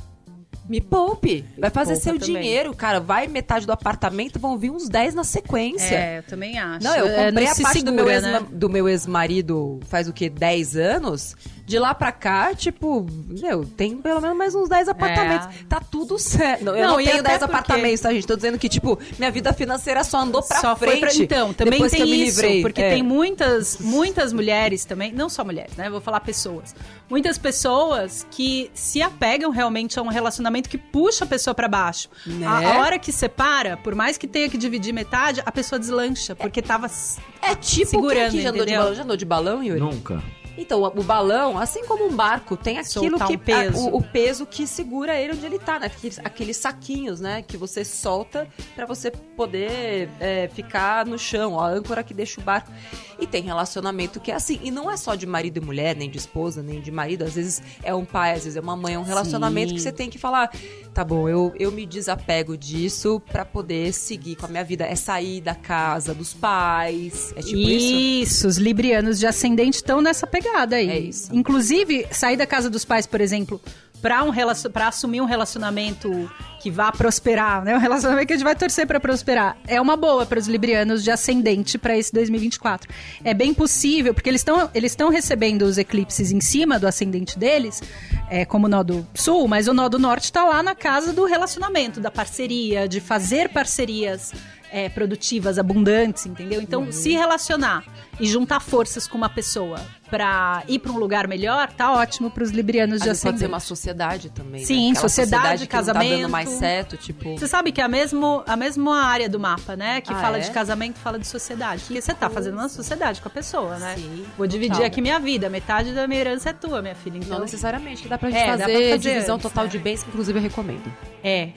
S4: me poupe. Vai fazer
S3: poupa
S4: seu
S3: também.
S4: dinheiro, cara. Vai metade do apartamento, vão vir uns 10 na sequência.
S3: É, eu também acho.
S4: Não, eu
S3: É,
S4: comprei a
S3: se
S4: parte do, meu
S3: segura, né?
S4: ex, do meu ex-marido faz o quê? 10 anos? De lá pra cá, tipo, meu, tem pelo menos mais uns 10 apartamentos. Tá tudo certo. Não, eu
S3: É. Não,
S4: não
S3: e
S4: tenho
S3: até
S4: 10
S3: porque-
S4: apartamentos, tá, gente? Tô dizendo que, tipo, minha vida financeira só andou pra
S3: só
S4: frente.
S3: foi pra então também
S4: depois
S3: tem
S4: que eu me
S3: isso
S4: livrei.
S3: porque
S4: É.
S3: tem muitas muitas mulheres também não só mulheres né vou falar pessoas muitas pessoas que se apegam realmente a um relacionamento que puxa a pessoa pra baixo
S4: Né?
S3: a, a hora que separa por mais que tenha que dividir metade a pessoa deslancha porque tava s-
S4: É tipo,
S3: Segurando,
S4: quem aqui já andou de
S3: entendeu?
S4: balão? Já andou de balão, Yuri?
S5: Nunca.
S4: Então, o o balão, assim como um barco, tem aquilo
S3: Soltar
S4: que
S3: um peso.
S4: a- o, o peso que segura ele onde ele tá, né? Aqueles, aqueles saquinhos, né? Que você solta pra você poder é, ficar no chão, ó, a âncora que deixa o barco. E tem relacionamento que é assim. E não é só de marido e mulher, nem de esposa, nem de marido. Às vezes é um pai, às vezes é uma mãe. É um relacionamento
S3: Sim.
S4: que você tem que falar: tá bom, eu, eu me desapego disso pra poder seguir com a minha vida. É sair da casa dos pais. É tipo isso.
S3: os librianos de ascendente estão nessa pegada aí.
S4: É isso.
S3: Inclusive, sair da casa dos pais, por exemplo, para um relacion... pra assumir um relacionamento que vá prosperar, né? Um relacionamento que a gente vai torcer para prosperar. É uma boa para os librianos de ascendente para esse 2024. É bem possível, porque eles estão eles estão recebendo os eclipses em cima do ascendente deles, é, como o nó do sul, mas o nó do norte está lá na casa do relacionamento, da parceria, de fazer parcerias é, produtivas, abundantes, entendeu? Então,
S4: Uhum.
S3: se relacionar e juntar forças com uma pessoa pra ir pra um lugar melhor, tá ótimo pros librianos de
S4: Às vezes pode ser
S3: ascendente.
S4: uma sociedade também.
S3: Sim,
S4: né? Aquela
S3: sociedade,
S4: que não Tá dando
S3: casamento.
S4: mais certo, tipo.
S3: Você sabe que é a, mesmo, a mesma área do mapa, né? Que
S4: Ah,
S3: fala
S4: é?
S3: de casamento, fala de sociedade. Porque você tá fazendo uma sociedade com a pessoa, né?
S4: Sim,
S3: Vou dividir
S4: total.
S3: aqui minha vida. Metade da minha herança é tua, minha filha. Então,
S4: Não necessariamente, que dá pra gente
S3: É, dá
S4: fazer,
S3: pra fazer
S4: divisão
S3: antes,
S4: total
S3: né?
S4: de bens, que inclusive eu recomendo.
S3: é.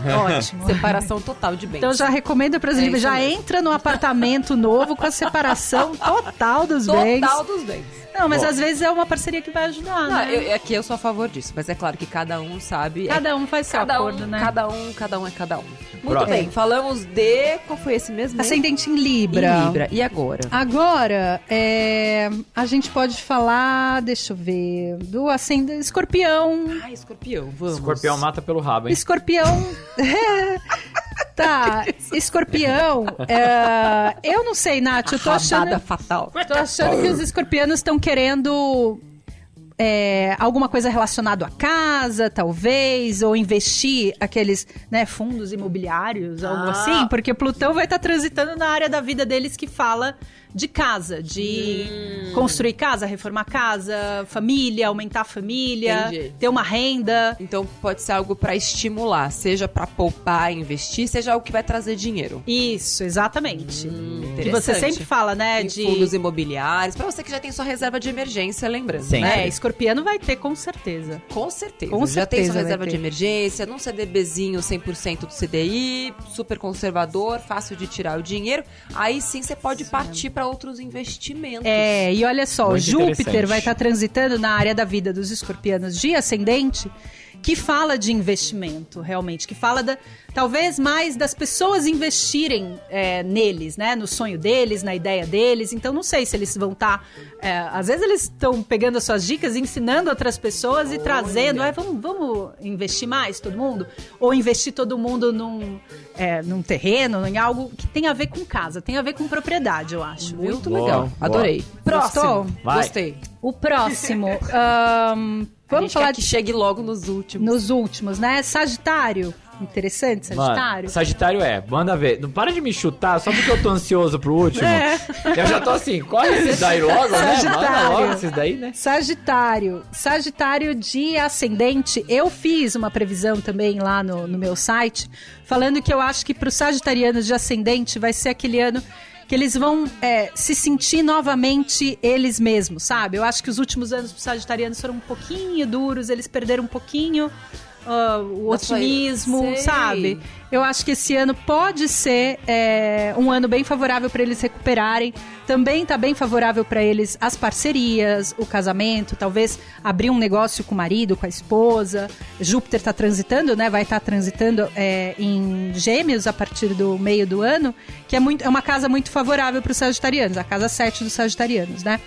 S3: Ótimo.
S4: Separação total de bens.
S3: Então já recomendo para os
S4: É
S3: livros,
S4: isso
S3: já
S4: mesmo.
S3: entra no apartamento novo com a separação total dos bens.
S4: total dos bens.
S3: Não, mas às vezes é uma parceria que vai ajudar,
S4: Não,
S3: né?
S4: eu, aqui eu sou a favor disso, mas é claro que cada um sabe. é
S3: Cada um faz seu
S4: cada
S3: acordo,
S4: um,
S3: né?
S4: Cada um, cada um é cada um. Muito
S5: Próximo.
S4: bem, falamos de. Qual foi esse mesmo?
S3: Ascendente em
S4: um Em
S3: Libra.
S4: Libra. E
S3: Ah.
S4: agora?
S3: Agora, é, a gente pode falar, deixa eu ver, do ascendente escorpião.
S4: Ah, escorpião, vamos.
S5: Escorpião mata pelo rabo, hein?
S3: Escorpião. tá, escorpião. é, eu não sei, Nath, eu tô achando.
S4: Rabada fatal.
S3: Tô achando que os escorpianos estão querendo é, alguma coisa relacionada à casa, talvez, ou investir aqueles né, fundos imobiliários, algo
S4: Ah.
S3: assim, porque Plutão vai estar transitando na área da vida deles que fala de casa, de
S4: Hum.
S3: construir casa, reformar casa, família, aumentar a família,
S4: Entendi.
S3: ter uma renda.
S4: Então pode ser algo pra estimular, seja pra poupar, investir, seja algo que vai trazer dinheiro.
S3: Isso, exatamente. que você
S4: Hum, interessante.
S3: sempre fala, né?
S4: Em
S3: de
S4: fundos imobiliários, pra você que já tem sua reserva de emergência, lembrando.
S5: Sim.
S4: né?
S3: É, escorpiano vai ter com certeza.
S4: Com certeza.
S3: Com
S4: Já tem sua
S3: certeza né, vai
S4: reserva
S3: ter.
S4: de emergência, num CDBzinho 100% do CDI, super conservador, fácil de tirar o dinheiro. Aí sim você pode partir para outros investimentos.
S3: É, e olha só,
S5: Muito
S3: Júpiter
S5: interessante.
S3: vai estar transitando na área da vida dos escorpianos de ascendente, que fala de investimento, realmente, que fala da, talvez mais das pessoas investirem é, neles, né? No sonho deles, na ideia deles. Então, não sei se eles vão estar. é, às vezes eles estão pegando as suas dicas, ensinando outras pessoas e trazendo. "Ai, vamos, vamos investir mais, todo mundo? Ou investir todo mundo num, é, num terreno, em algo que tem a ver com casa, tem a ver com propriedade, eu acho. viu?
S4: Muito
S5: Boa,
S4: legal.
S5: boa.
S4: Adorei.
S3: Próximo.
S5: Vai.
S4: Gostei.
S3: O próximo. ahn,
S4: A
S3: vamos
S4: gente
S3: falar
S4: quer que chegue logo nos últimos.
S3: nos últimos, né? Sagitário. Interessante,
S5: Mano,
S3: Sagitário.
S5: Sagitário é, manda ver. Não para de me chutar, só porque eu tô ansioso pro último.
S3: É.
S5: Eu já tô assim, corre esses daí logo, né? Manda
S3: Sagitário.
S5: logo esses daí, né?
S3: Sagitário. Sagitário de ascendente. Eu fiz uma previsão também lá no, no meu site, falando que eu acho que para os sagitarianos de ascendente vai ser aquele ano que eles vão é, se sentir novamente eles mesmos, sabe? Eu acho que os últimos anos para sagitarianos foram um pouquinho duros, eles perderam um pouquinho ah, o
S4: Da sua-
S3: otimismo,
S4: Sei.
S3: sabe? Eu acho que esse ano pode ser é, um ano bem favorável para eles recuperarem. Também tá bem favorável para eles as parcerias, o casamento, talvez abrir um negócio com o marido, com a esposa. Júpiter tá transitando, né? Vai estar transitando é, em Gêmeos a partir do meio do ano, que é, muito, é uma casa muito favorável para os Sagitarianos, a casa 7 dos Sagitarianos, né?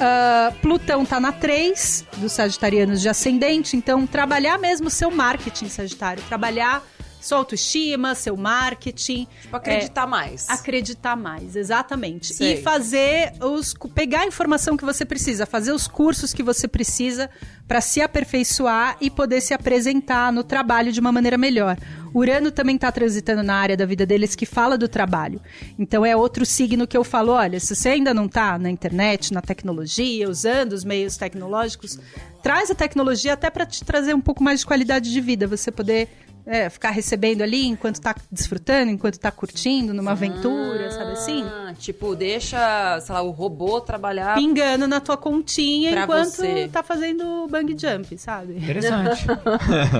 S3: Ah, Plutão tá na 3 dos Sagitarianos de ascendente, então trabalhar mesmo o seu marketing, Sagitário, trabalhar sua autoestima, seu marketing. É,
S4: Pra Tipo, acreditar mais.
S3: Acreditar mais, exatamente.
S4: Sei.
S3: E fazer os. cu- pegar a informação que você precisa, fazer os cursos que você precisa para se aperfeiçoar e poder se apresentar no trabalho de uma maneira melhor. Urano também está transitando na área da vida deles que fala do trabalho. Então é outro signo que eu falo: olha, se você ainda não está na internet, na tecnologia, usando os meios tecnológicos, traz a tecnologia até para te trazer um pouco mais de qualidade de vida, você poder é, ficar recebendo ali enquanto tá desfrutando, enquanto tá curtindo, numa aventura, sabe assim?
S4: Ah, tipo, deixa, sei lá, o robô trabalhar.
S3: Tá Pingando na tua continha
S4: Pra
S3: enquanto
S4: você.
S3: tá fazendo bang jump, sabe?
S5: Interessante.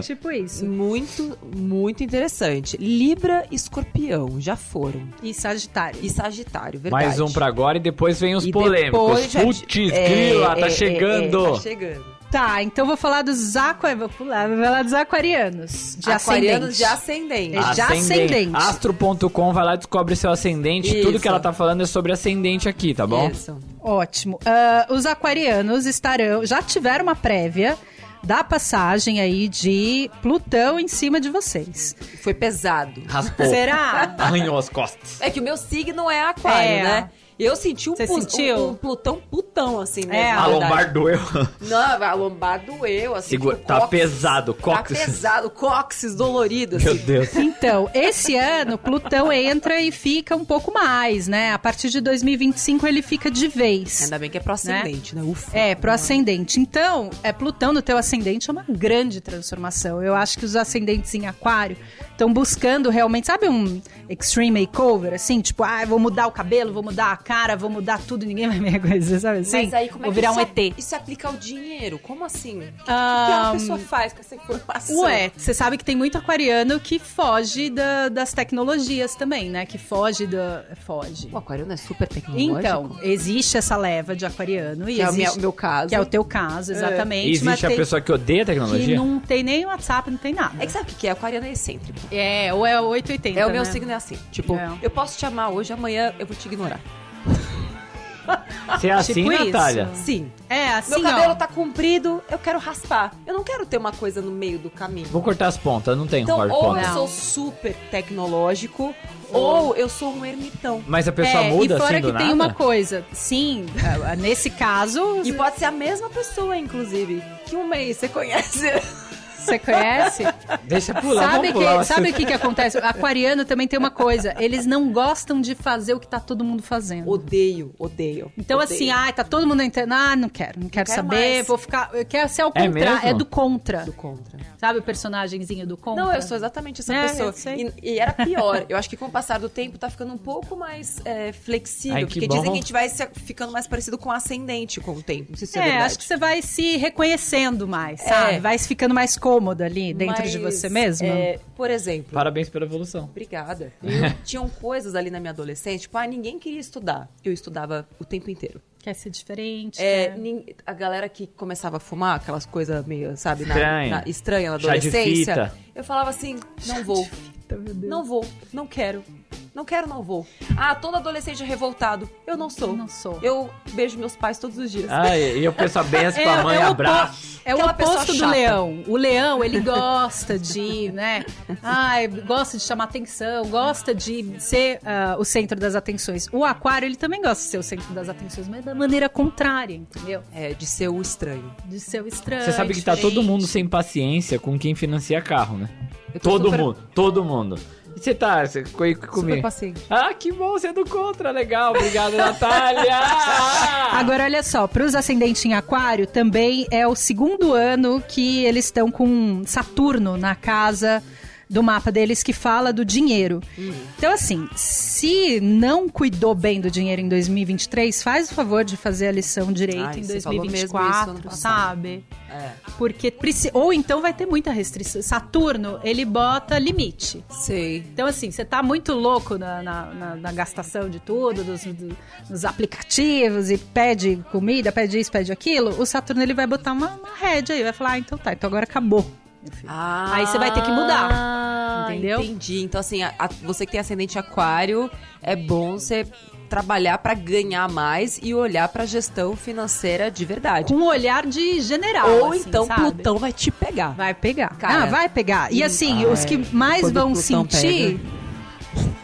S3: tipo isso.
S4: Muito, muito interessante. Libra, escorpião, já foram.
S3: E Sagitário.
S4: E Sagitário, verdade.
S5: Mais um pra agora e depois vem os
S4: E
S5: polêmicos.
S4: depois já-
S5: Putz,
S4: É,
S5: grila,
S4: é,
S5: tá
S4: é,
S5: chegando.
S4: é, tá chegando.
S3: Tá, então vou falar dos aqua... vou pular, vou falar dos aquarianos. De
S4: Aquarianos de
S3: ascendente.
S4: ascendente.
S3: É, já ascendente.
S5: Astro.com, vai lá e descobre seu ascendente.
S4: Isso.
S5: Tudo que ela tá falando é sobre ascendente aqui, tá bom?
S4: Isso.
S3: Ótimo. Ah, os aquarianos estarão, já tiveram uma prévia da passagem aí de Plutão em cima de vocês.
S4: Foi pesado.
S5: Raspou.
S3: Será?
S5: Arranhou as costas.
S4: É que o meu signo é aquário,
S3: É.
S4: né? Eu senti um,
S3: Você
S4: plu-
S3: sentiu?
S4: um- um Plutão putão, assim,
S3: É,
S4: né?
S3: a
S5: doeu.
S4: Não, a lombar doeu, assim.
S5: Segura-
S4: tipo,
S5: tá
S4: cóccix.
S5: pesado, cóccix.
S4: Tá pesado, cóccix dolorido, assim.
S5: Meu Deus.
S3: Então, esse ano, Plutão entra e fica um pouco mais, né? A partir de 2025, ele fica de vez.
S4: Ainda bem que é pro ascendente, né? Ufa.
S3: É, pro ascendente. Então, é Plutão no teu ascendente é uma grande transformação. Eu acho que os ascendentes em aquário estão buscando realmente, sabe, um extreme makeover, assim, tipo, ah, eu vou mudar o cabelo, vou mudar a cara, vou mudar tudo, ninguém vai me reconhecer, sabe assim?
S4: Mas aí como é
S3: vou
S4: que
S3: virar
S4: isso a-
S3: um ET.
S4: Isso aplica ao dinheiro? Como assim? O que, que
S3: Ah,
S4: a pessoa faz com essa informação?
S3: Ué, você sabe que tem muito aquariano que foge da- das tecnologias também, né? Que foge da. Foge.
S4: O aquariano é super tecnológico.
S3: Então, existe essa leva de aquariano e
S4: que é o
S3: existe-
S4: meu, meu caso.
S3: que é o teu caso, exatamente. mas
S6: Existe a
S3: tem-
S6: pessoa que odeia
S3: que
S6: tecnologia?
S3: não tem nem WhatsApp, não tem nada.
S4: É que sabe o que que é? O aquariano é excêntrico.
S3: É, ou é 880.
S4: É, o meu
S3: né?
S4: signo é assim. Tipo,
S3: É.
S4: eu posso te amar hoje, amanhã eu vou te ignorar.
S6: Você é assim,
S3: Tipo isso.
S6: Natália?
S4: Sim.
S3: É, assim,
S4: meu cabelo
S3: ó.
S4: tá comprido, eu quero raspar. Eu não quero ter uma coisa no meio do caminho.
S6: Vou um cortar as pontas, não tem
S4: Então,
S6: hard
S4: ou
S6: pontas.
S4: eu sou super tecnológico, ou eu sou um ermitão.
S6: Mas a pessoa
S3: é,
S6: muda
S3: e fora
S6: assim do
S3: que
S6: nada?
S3: tem uma coisa, sim, ah, nesse caso,
S4: E pode ser a mesma pessoa, inclusive, que um mês você conhece.
S3: você conhece?
S6: Deixa pular,
S3: sabe
S6: vamos pular.
S3: que, sabe o que, que acontece? Aquariano também tem uma coisa, eles não gostam de fazer o que tá todo mundo fazendo.
S4: Odeio, odeio.
S3: Então,
S4: odeio.
S3: assim, ai, tá todo mundo na internet. Ah, não quero, não quero
S4: quero
S3: saber,
S4: mais.
S3: vou ficar. Eu quero ser ao
S6: É
S3: contrário,
S6: mesmo?
S3: é, do contra.
S4: Do contra.
S3: Sabe o personagemzinho do contra?
S4: Não, eu sou exatamente essa
S3: É, eu
S4: pessoa.
S3: sei.
S4: E, e era pior. Eu acho que com o passar do tempo tá ficando um pouco mais é, flexível.
S6: Ai, que
S4: porque
S6: bom.
S4: dizem que a gente vai se- ficando mais parecido com o ascendente com o tempo. Não sei se é,
S3: É,
S4: verdade.
S3: acho que você vai se reconhecendo mais, sabe?
S4: É.
S3: Vai se ficando mais cômodo ali dentro de
S4: Mas,
S3: você mesma.
S4: é, por exemplo,
S6: Parabéns pela evolução.
S4: Obrigada. Eu- tinham coisas ali na minha adolescência, tipo, ah, ninguém queria estudar. Eu estudava o tempo inteiro.
S3: Quer ser diferente.
S4: É,
S3: quer-
S4: nin- a galera que começava a fumar, aquelas coisas meio, sabe, na-
S6: Estranha.
S4: na- estranha
S6: Chá
S4: na
S6: de
S4: adolescência.
S6: fita.
S4: Eu falava assim, não vou. Não vou, não quero. Não quero, não vou. Ah, todo adolescente é revoltado. Eu não sou.
S3: Não sou.
S4: Eu beijo meus pais todos os dias.
S6: Ah, e e eu penso a benção pra mãe,
S3: o
S6: abraço.
S3: opo- é o
S4: Aquela pessoa
S3: oposto do
S4: chata.
S3: leão. O leão, ele gosta de, né? Ai, gosta de chamar atenção, gosta de ser ah, o centro das atenções. O aquário, ele também gosta de ser o centro das atenções, mas da maneira contrária, entendeu?
S4: É, de ser o estranho.
S3: De ser o estranho.
S6: Você sabe que tá todo
S3: diferente.
S6: mundo sem paciência com quem financia carro, né?
S4: Eu tô
S6: Todo
S4: super-
S6: mundo, todo mundo. E você tá você, co- co-
S4: Super
S6: comigo?
S4: paciente.
S6: Ah, que bom, você é do contra, legal. Obrigado, Natália.
S3: Agora, olha só, para os ascendentes em aquário, também é o segundo ano que eles estão com Saturno na casa do mapa deles que fala do dinheiro. Então, assim, se não cuidou bem do dinheiro em 2023, faz o favor de fazer a lição direito
S4: Ai,
S3: em
S4: você falou mesmo isso ano
S3: 2024,
S4: passado.
S3: sabe?
S4: É.
S3: Porque preci- ou então vai ter muita restrição. Saturno, ele bota limite.
S4: Sei.
S3: Então, assim, você tá muito louco na, na- na- na gastação de tudo, dos, do- dos aplicativos e pede comida, pede isso, pede aquilo. O Saturno ele vai botar uma, uma rédea aí, vai falar, ah, então tá, então agora acabou. meu filho.
S4: Ah,
S3: Aí você vai ter que mudar, entendeu?
S4: Entendi. Então, assim, a- a- você que tem ascendente aquário, é bom você trabalhar pra ganhar mais e olhar pra gestão financeira de verdade.
S3: Com um olhar de general.
S4: Ou
S3: assim,
S4: então
S3: sabe?
S4: Plutão vai te pegar.
S3: Vai pegar.
S4: Cara,
S3: ah, vai pegar. E assim, os que mais
S4: quando
S3: vão
S4: Plutão
S3: sentir.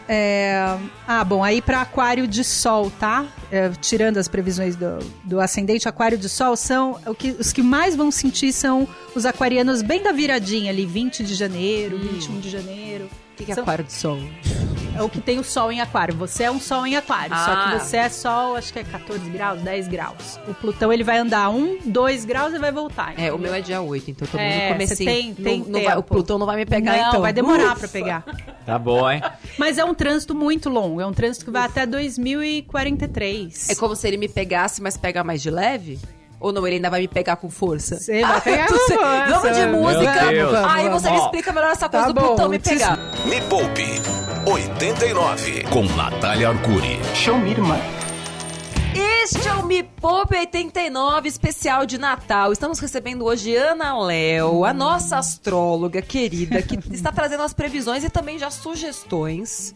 S3: é, Ah, bom, aí pra aquário de sol, tá? É, tirando as previsões do, do ascendente, aquário de sol são. O que, os que mais vão sentir são os aquarianos bem da viradinha ali, 20 de janeiro, 21 de janeiro.
S4: O Hum. que, que é
S3: São-
S4: aquário de sol?
S3: É o que tem o sol em aquário. Você é um sol em aquário, só
S4: Ah.
S3: que você é sol, acho que é 14 graus, 10 graus. O Plutão ele vai andar 1, 2 graus e vai voltar.
S4: É, o meu é dia 8, então eu tô
S3: É,
S4: no começo.
S3: você tem- tem
S4: o
S3: tempo.
S4: Plutão não vai me pegar,
S3: não,
S4: então.
S3: vai demorar pra
S4: Ufa.
S3: pegar.
S6: Tá bom, hein?
S3: Mas é um trânsito muito longo, é um trânsito que vai até 2043.
S4: É como se ele me pegasse, mas pegar mais de leve? Ou não, ele ainda vai me pegar com força?
S3: Você vai pegar
S4: tu
S3: com
S4: sei.
S3: força.
S4: Vamos de
S3: Meu
S4: música.
S6: Deus.
S4: Aí
S3: Vamos,
S4: você me
S6: vamos.
S4: explica melhor essa coisa
S3: Tá
S4: do
S3: bom,
S4: Plutão me
S3: te explico.
S4: pegar.
S2: Me Poupe 89.
S1: Com Natália Arcuri.
S4: Este é o Me Poupe 89 especial de Natal. Estamos recebendo hoje Ana Léo, a nossa astróloga querida, que está trazendo as previsões e também já sugestões.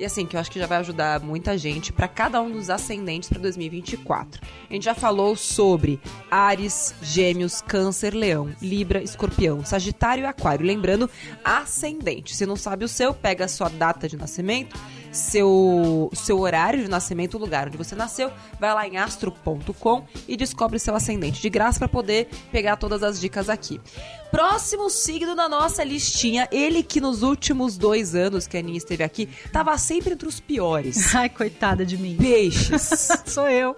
S4: E assim, que eu acho que já vai ajudar muita gente para cada um dos ascendentes para 2024. A gente já falou sobre Ares, Gêmeos, Câncer, Leão, Libra, Escorpião, Sagitário e Aquário. Lembrando, ascendente. Se não sabe o seu, pega a sua data de nascimento, seu, seu horário de nascimento, o lugar onde você nasceu, vai lá em astro.com e descobre seu ascendente de graça para poder pegar todas as dicas aqui. Próximo signo na nossa listinha, ele que nos últimos dois anos que a Aninha esteve aqui, tava sempre entre os piores.
S3: Ai, coitada de mim.
S4: Peixes. Né?
S3: Sou eu.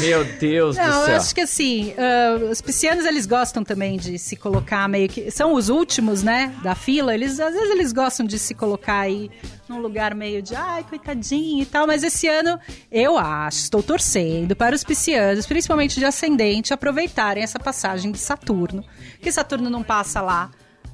S6: Meu Deus do
S3: Não, eu
S6: céu.
S3: acho que assim, ah, os piscianos eles gostam também de se colocar meio que. São os últimos, né? Da fila. Eles, às vezes eles gostam de se colocar aí num lugar meio de ai, coitadinho e tal, mas esse ano eu acho, estou torcendo para os piscianos, principalmente de ascendente, aproveitarem essa passagem de Saturno, que Saturno não passa lá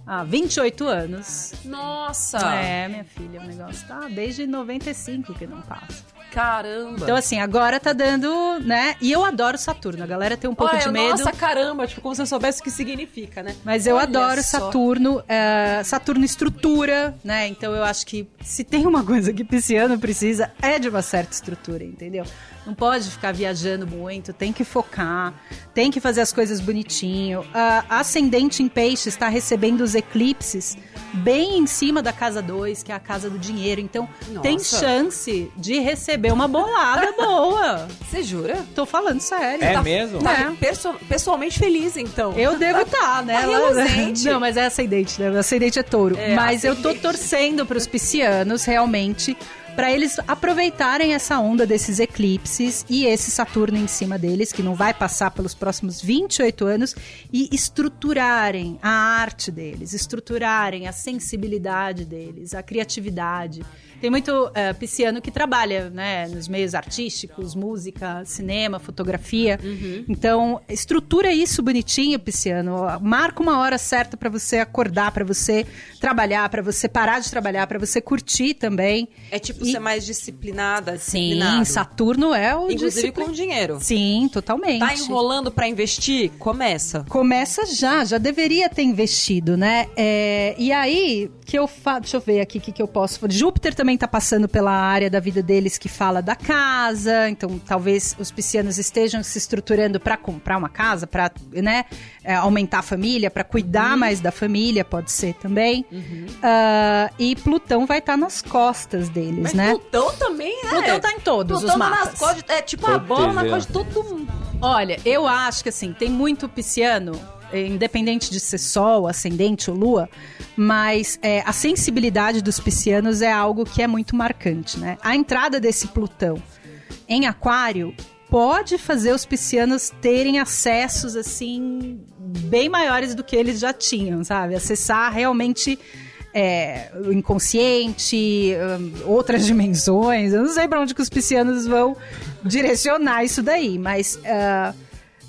S3: há 28 anos.
S4: Nossa!
S3: É, minha filha, o negócio tá desde 95 que não passa.
S4: Caramba!
S3: Então, assim, agora tá dando, né? E eu adoro Saturno, a galera tem um pouco
S4: Olha,
S3: de medo.
S4: Nossa, caramba! Tipo, como se eu soubesse o que significa, né?
S3: Mas eu
S4: Olha
S3: adoro
S4: só.
S3: Saturno. eh, Saturno estrutura, né? Então eu acho que se tem uma coisa que pisciano precisa é de uma certa estrutura, entendeu? Não pode ficar viajando muito, tem que focar, tem que fazer as coisas bonitinho. Ah, ascendente em peixe está recebendo os eclipses bem em cima da casa 2, que é a casa do dinheiro. Então tem
S4: Nossa.
S3: chance de receber uma bolada boa.
S4: Você jura?
S3: Tô falando sério.
S5: É
S3: Tá-
S5: mesmo?
S4: Tá perso- pessoalmente feliz, então.
S3: Eu devo estar, né?
S4: Tá
S3: Lá-
S4: reluzente.
S3: Não, mas é ascendente, né? Ascendente é touro.
S4: É,
S3: mas eu tô
S4: ascendente.
S3: torcendo pros piscianos, realmente, pra eles aproveitarem essa onda desses eclipses e esse Saturno em cima deles, que não vai passar pelos próximos 28 anos, e estruturarem a arte deles, estruturarem a sensibilidade deles, a criatividade. Tem muito eh, pisciano que trabalha né, nos meios artísticos, música, cinema, fotografia.
S4: Uhum.
S3: Então, estrutura isso bonitinho, pisciano. Marca uma hora certa pra você acordar, pra você trabalhar, pra você parar de trabalhar, pra você curtir também.
S4: É tipo
S3: E-
S4: ser mais disciplinada,
S3: Sim,
S4: disciplinado.
S3: Saturno é o
S4: Inclusive
S3: disciplin-
S4: com dinheiro.
S3: Sim, totalmente.
S4: Tá enrolando pra investir? Começa.
S3: Começa já, já deveria ter investido, né? É, e aí, que eu fa... deixa eu ver aqui o que, que eu posso. Júpiter também tá passando pela área da vida deles que fala da casa, então talvez os piscianos estejam se estruturando para comprar uma casa, para né, é, aumentar a família, para
S4: Uhum.
S3: cuidar mais da família, pode ser também. Ah, e Plutão vai estar nas costas deles,
S4: Mas
S3: né?
S4: Plutão também, né?
S3: Plutão tá em todos
S4: Plutão
S3: os
S4: tá
S3: mapas.
S4: nas costas, é tipo a
S5: Certeza.
S4: bola na costa de todo mundo.
S3: Olha, eu acho que assim, tem muito pisciano, eh, independente de ser sol, ascendente ou lua, mas eh, a sensibilidade dos piscianos é algo que é muito marcante, né? A entrada desse Plutão em aquário pode fazer os piscianos terem acessos assim bem maiores do que eles já tinham, sabe? Acessar realmente é, o inconsciente, hum, outras dimensões. Eu não sei pra onde que os piscianos vão direcionar isso daí, mas ah,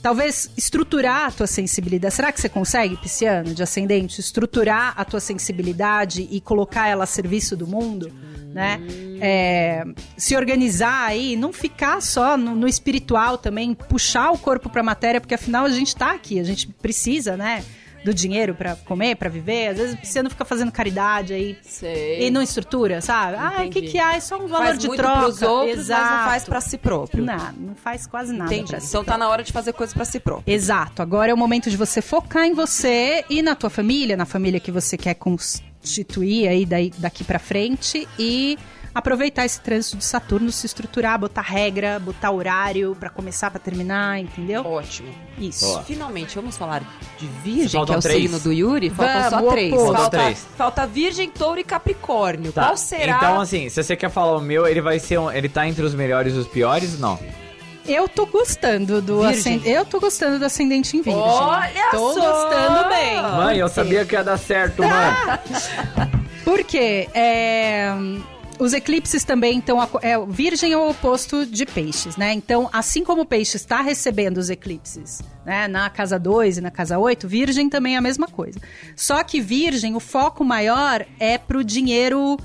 S3: talvez estruturar a tua sensibilidade. Será que você consegue, pisciano, de ascendente, estruturar a tua sensibilidade e colocar ela a serviço do mundo? Né? É, se organizar aí, não ficar só no, no espiritual também, puxar o corpo pra matéria, porque afinal a gente tá aqui, a gente precisa, né? Do dinheiro pra comer, pra viver. Às vezes o pisciano fica fazendo caridade aí
S4: Sei.
S3: e não estrutura, sabe? Ah, o que
S4: Entendi.
S3: que há? É só um valor
S4: faz
S3: de
S4: muito
S3: troca.
S4: pros outros,
S3: Exato.
S4: mas não faz pra si próprio.
S3: Não, não faz quase nada.
S4: Entendi.
S3: pra si
S4: Então tá na hora de fazer coisas pra si próprio.
S3: Exato. Agora é o momento de você focar em você e na tua família, na família que você quer constituir aí daí, daqui pra frente e aproveitar esse trânsito de Saturno, se estruturar, botar regra, botar horário pra começar, pra terminar, entendeu?
S4: Ótimo.
S3: Isso.
S5: Boa.
S4: Finalmente, vamos falar de
S5: Se
S4: Virgem,
S5: faltam
S4: que é o
S5: três.
S4: signo do Yuri. Faltam
S3: Vamos,
S4: só três.
S3: oposto.
S5: Faltam
S4: Falta,
S5: três.
S4: falta Virgem, Touro e Capricórnio.
S5: Tá,
S4: Qual será?
S5: Então, assim, se você quer falar o meu, ele vai ser um, Ele tá entre os melhores e os piores? Não.
S3: Eu tô gostando do
S4: Virgem.
S3: ascendente. Eu tô gostando do ascendente em virgem.
S4: Olha
S3: tô
S4: só!
S3: gostando bem.
S5: Mãe, eu
S3: Por quê?
S5: sabia que ia dar certo, mano.
S3: Porque é, os eclipses também então É, o virgem é o oposto de peixes, né? Então, assim como o peixe está recebendo os eclipses né, na casa 2 e na casa 8, virgem também é a mesma coisa. Só que virgem, o foco maior é pro dinheiro...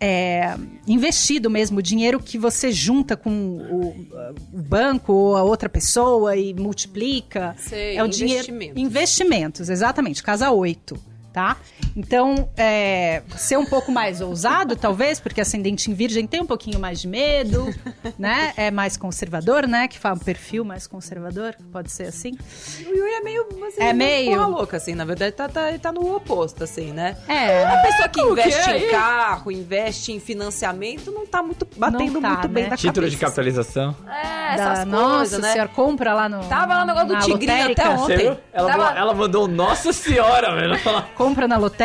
S3: é, investido mesmo, o dinheiro que você junta com o, o banco ou a outra pessoa e multiplica.
S4: Sei,
S3: é o dinheiro.
S4: investimento.
S3: Investimentos, exatamente, casa 8, tá? Então, é, ser um pouco mais ousado, talvez, porque ascendente em virgem tem um pouquinho mais de medo, né? É mais conservador, né? Que fala um perfil mais conservador, pode ser assim.
S4: O Yuri é meio. Assim,
S3: É meio.
S4: Porra louca, assim. Na verdade, tá, tá, ele tá no oposto, assim, né?
S3: É.
S4: A pessoa que
S3: como que
S4: investe
S3: é
S4: em carro, investe em financiamento, não tá muito batendo
S3: Não tá,
S4: muito bem
S3: né?
S4: na
S5: Título de
S4: cabeça.
S5: capitalização.
S4: É,
S3: Da-
S4: essas coisas,
S3: nossa
S4: né?
S3: senhora, compra lá no.
S4: Tava lá o negócio do
S3: na
S4: tigrinho
S3: lotérica.
S4: até ontem.
S5: Você viu? Ela,
S4: Tava-
S5: ela mandou Nossa Senhora, velho. Ela-
S3: Compra na lotérica,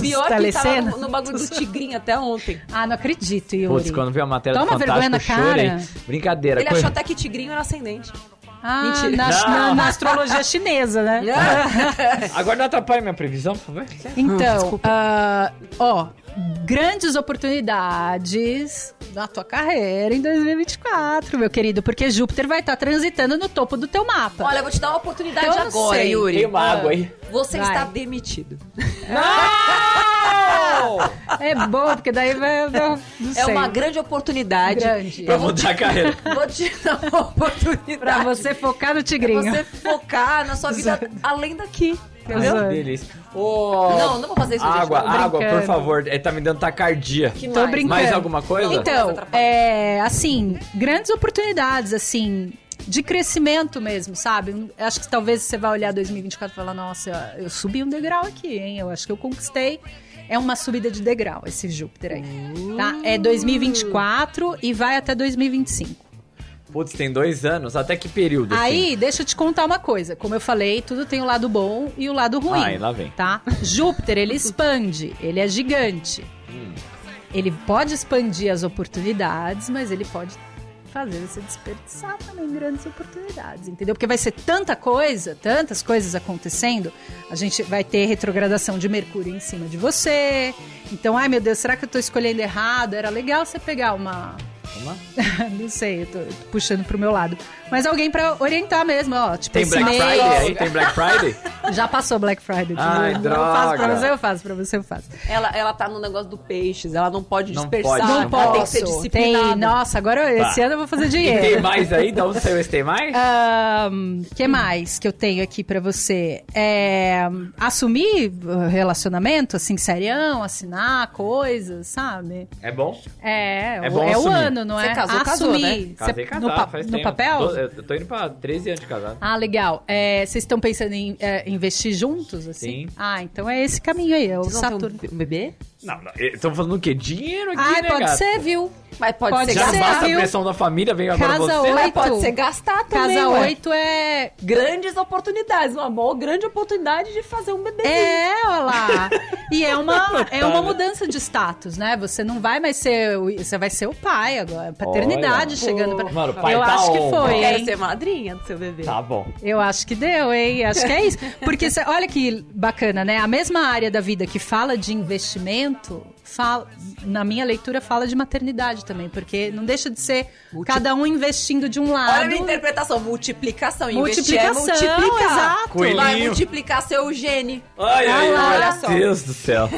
S4: Pior que tava
S3: telecena.
S4: no, no bagulho do tigrinho até ontem.
S3: Ah, não acredito, Yuri.
S5: Putz, quando vi a matéria
S3: Toma
S5: do Fantástico,
S3: vergonha na
S5: eu chorei.
S3: cara.
S5: Brincadeira.
S4: Ele
S5: coisa-
S4: achou até que tigrinho era ascendente.
S3: Ah,
S4: Mentira.
S3: Na,
S5: Não.
S3: na- na astrologia chinesa, né?
S4: É.
S5: Agora não atrapalha minha previsão, por favor.
S3: Então, ah, ó, grandes oportunidades na tua carreira em 2024, meu querido, porque Júpiter vai estar transitando no topo do teu mapa.
S4: Olha, eu vou te dar uma oportunidade
S3: Eu não
S4: agora,
S3: sei.
S4: Yuri.
S5: Tem
S3: Ah.
S5: uma água aí.
S4: Você
S3: Vai.
S4: está demitido.
S3: É bom, porque daí vai. vai- não
S4: É
S3: sei.
S4: uma grande oportunidade.
S3: grande.
S5: Pra mudar a carreira.
S4: Vou te dar uma oportunidade.
S3: Pra você focar no
S4: pra
S3: tigrinho.
S4: você focar na sua vida além daqui. Entendeu?
S5: Ah,
S3: Exato.
S5: delícia. Ô,
S4: Não, não vou fazer isso. gente.
S5: Água,
S4: Tô
S5: água, por
S3: brincando.
S5: favor. Ele tá me dando tacardia.
S4: Que
S3: Tô
S4: mais?
S3: brincando.
S5: Mais alguma coisa?
S3: Então,
S4: atrapalha.
S3: é, assim, grandes oportunidades, assim, de crescimento mesmo, sabe? Um- Acho que talvez você vá olhar 2024 e falar, nossa, eu subi um degrau aqui, hein? Eu acho que eu conquistei. É uma subida de degrau esse Júpiter aí, tá? É 2024 e vai até 2025.
S5: Putz, tem dois anos. Até que período? assim?
S3: Aí, deixa eu te contar uma coisa. Como eu falei, tudo tem o lado bom e o lado ruim.
S5: Ai, lá vem.
S3: Tá? Júpiter, ele expande, ele é gigante.
S5: Hum.
S3: Ele pode expandir as oportunidades, mas ele pode fazer você desperdiçar também grandes oportunidades, entendeu? Porque vai ser tanta coisa, tantas coisas acontecendo, a gente vai ter retrogradação de Mercúrio em cima de você. Então, ai meu Deus, será que eu tô escolhendo errado? Era legal você pegar uma
S5: Uma?
S3: não sei, eu tô, tô puxando pro meu lado. Mas alguém pra orientar mesmo, ó. Tipo,
S5: Tem
S3: esse
S5: Black
S3: mês-
S5: Friday aí? Tem Black Friday?
S3: Já passou Black Friday.
S5: Ai,
S3: entendeu? Eu faço pra
S5: droga.
S3: você, eu faço pra você, eu faço.
S4: Ela, ela tá no negócio do peixes, ela não pode
S5: Não
S4: dispersar.
S5: pode,
S4: ela
S5: não pode.
S4: Tá, tem que ser disciplinada.
S3: Tem, nossa, agora eu- esse
S5: Tá.
S3: ano eu vou fazer
S5: E
S3: dinheiro.
S5: tem mais aí? Da onde saiu esse tem mais?
S3: Ahn, que mais que eu tenho aqui pra você? É, assumir uh, relacionamento, assim, serião, assinar coisas, sabe?
S5: É bom?
S3: É,
S5: É
S3: o-
S5: bom
S3: é o
S5: assumir.
S3: ano, não
S4: Você
S3: é?
S4: casou, casou,
S3: assumir.
S4: né?
S5: Casei
S3: Você-
S5: casado,
S3: no, pa-
S5: faz
S3: no
S5: tempo.
S3: papel?
S5: Tô- eu tô indo pra 13 anos de casado.
S3: Ah, legal. É, Vocês estão pensando em é, investir juntos, assim?
S5: Sim.
S3: Ah, então é esse caminho aí, é o
S4: Vocês não têm
S3: Saturno.
S4: um bebê?
S5: Não, não. Estamos falando do quê? Dinheiro aqui,
S3: Ah,
S5: né,
S3: pode
S5: gata?
S3: ser, viu?
S4: Mas pode,
S3: Pode
S4: ser
S5: Já
S3: ser,
S5: basta
S3: viu?
S5: a pressão da família, vem agora
S3: Casa
S5: você.
S3: hoje.
S4: Mas pode
S3: Oito.
S4: ser gastar também.
S3: Casa
S4: ué.
S3: 8 é.
S4: Grandes oportunidades, uma boa grande oportunidade de fazer um bebê.
S3: É, olha lá. E é uma, é uma mudança de status, né? Você não vai mais ser. o- Você vai ser o pai agora. Paternidade
S5: Olha.
S3: chegando pra.
S5: Mano, o pai
S3: Eu
S5: tá
S3: acho que
S5: on.
S3: foi,
S4: Eu quero
S3: hein?
S4: ser madrinha do seu bebê.
S5: Tá bom.
S3: Eu acho que deu, hein? Acho que é isso. Porque cê- olha que bacana, né? A mesma área da vida que fala de investimento, fala- na minha leitura fala de maternidade também, porque não deixa de ser cada um investindo de um
S4: Olha a
S3: lado.
S4: minha interpretação, multiplicação. Investir é
S3: multiplicação,
S4: multiplicar.
S3: exato.
S5: Coelhinho.
S4: Vai multiplicar seu gene.
S5: Ai, ai,
S3: lá,
S4: olha
S5: ai,
S4: só.
S5: meu Deus do céu.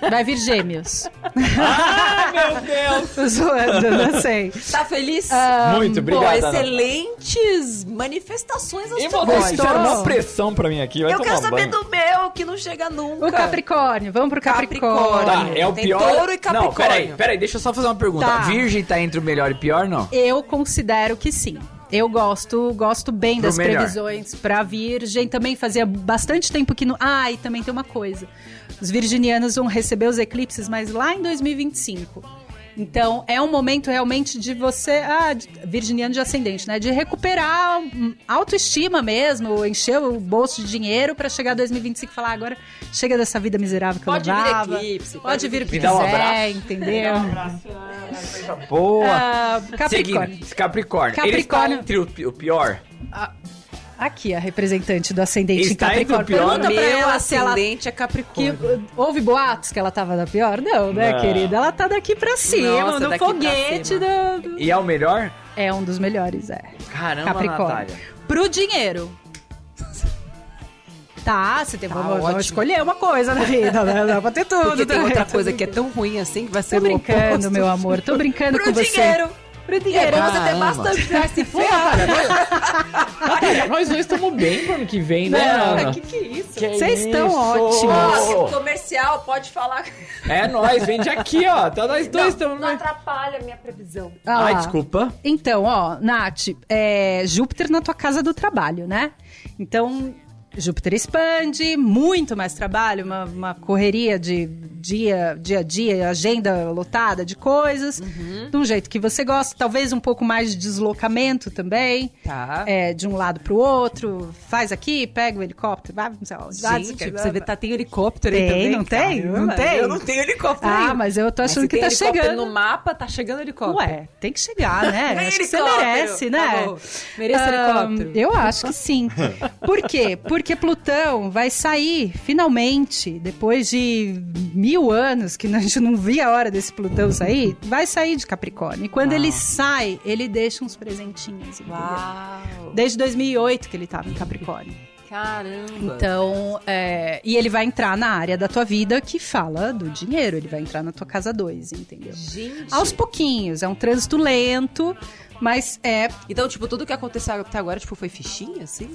S3: Vai vir gêmeos.
S5: Ai, meu Deus.
S3: Tô zoando, não sei.
S4: Tá feliz?
S3: Ah,
S5: Muito
S4: Pô,
S5: obrigado. Ana.
S4: excelentes manifestações
S5: E vocês
S4: astrológicas.
S5: fizeram uma pressão pra mim aqui. Vai
S4: Eu
S5: tomar um
S4: quero saber
S5: banho.
S4: do meu, que não chega nunca.
S3: O Capricórnio, vamos pro Capricórnio.
S4: Capricórnio.
S5: Tá, é o
S4: Tem
S5: pior.
S4: touro e
S5: Não,
S4: capricórnio.
S5: peraí, peraí, deixa eu só fazer uma pergunta.
S3: Tá.
S5: Virgem tá entre o melhor e pior, não?
S3: Eu considero que sim. Eu gosto, gosto bem
S5: Pro
S3: das
S5: melhor.
S3: previsões pra Virgem. Também fazia bastante tempo que não. Ah, e também tem uma coisa. Os virginianos vão receber os eclipses, mas lá em 2025. Então, é um momento realmente de você, ah, de- virginiano de ascendente, né, de recuperar hum, autoestima mesmo, encher o bolso de dinheiro pra chegar 2025 e falar "Ah, agora chega dessa vida miserável que
S4: Pode
S3: eu
S4: vir
S3: levava.
S4: eclipse, pode
S3: Pode vir o que
S5: Me dá um
S3: quiser,
S5: abraço.
S3: entendeu?
S5: Boa.
S3: Ah, Capricórnio.
S5: Seguindo, Capricórnio. Ele está
S3: Capricórnio.
S5: entre o, pi- o pior.
S3: Aqui, a representante do ascendente em
S5: Está entre
S3: Capricórnio.
S5: o pior,
S3: Pergunta pra
S4: Meu
S3: ela se ela...
S4: ascendente é
S3: Que,
S4: Capricórnio.
S3: houve boatos que ela tava na pior? Não, né,
S5: Não.
S3: querida? Ela tá daqui pra cima,
S4: Nossa,
S3: no
S4: daqui pra
S3: foguete.
S4: cima.
S3: do- do-
S5: E é o melhor?
S3: É um dos melhores, é.
S5: Caramba,
S3: Capricórnio.
S5: Natália.
S3: Pro dinheiro. Tá, você tem, vamos, vamos
S4: ótimo.
S3: escolher uma coisa na vida, né? Dá pra ter tudo.
S4: Porque tem
S3: né?
S4: outra coisa que é tão ruim assim que vai ser
S3: Tô
S4: o
S3: brincando,
S4: oposto.
S3: meu amor. Tô brincando
S4: Pro
S3: com você.
S4: dinheiro.
S3: Pro
S4: É
S3: dinheiro.
S4: bom você ter
S5: Caramba.
S4: bastante pra se ferrar.
S5: Natália, nós dois estamos bem pro ano que vem, né, Ana?
S4: que que é isso?
S3: Vocês estão
S5: isso?
S4: Ó,
S3: ótimos.
S4: comercial, pode falar.
S5: É nós, vende aqui, ó. Tá nós dois
S4: não,
S5: estamos
S4: não
S5: bem.
S4: atrapalha a minha previsão.
S3: Ah
S5: Ai,
S3: lá.
S5: desculpa.
S3: Então, ó, Nath, é, Júpiter na tua casa do trabalho, né? Então, Júpiter expande, muito mais trabalho, uma, uma correria de dia, dia a dia, agenda lotada de coisas,
S4: Uhum.
S3: de um jeito que você gosta, talvez um pouco mais de deslocamento também,
S4: Tá.
S3: é, de um lado pro outro, faz aqui, pega o helicóptero, vai, não sei lá,
S4: Gente, você vê, tá, tem helicóptero aí
S3: Tem,
S4: também.
S3: não tem?
S4: Caramba,
S3: Não tem?
S4: Eu não tenho helicóptero
S3: Ah,
S4: aí.
S3: mas eu tô achando
S4: se
S3: que
S4: tem
S3: tá
S4: helicóptero
S3: chegando.
S4: no mapa, tá chegando helicóptero.
S3: Ué, tem que chegar,
S4: Tem
S3: né? Acho que você
S4: helicóptero.
S3: merece,
S4: Tá
S3: né?
S4: bom. Merece
S3: Ah,
S4: helicóptero.
S3: Eu acho que sim. Por quê? Porque Plutão vai sair, finalmente, depois de mil anos que a gente não via a hora desse Plutão sair, vai sair de Capricórnio. E quando ele sai, ele deixa uns presentinhos. entendeu?
S4: Uau.
S3: Desde 2008 que ele tava em Capricórnio.
S4: Caramba.
S3: Então, é, e ele vai entrar na área da tua vida que fala do dinheiro. Ele vai entrar na tua casa 2, entendeu?
S4: Gente.
S3: Aos pouquinhos, é um trânsito lento, mas é.
S4: Então, tipo, tudo que aconteceu até agora, tipo, foi fichinha, assim?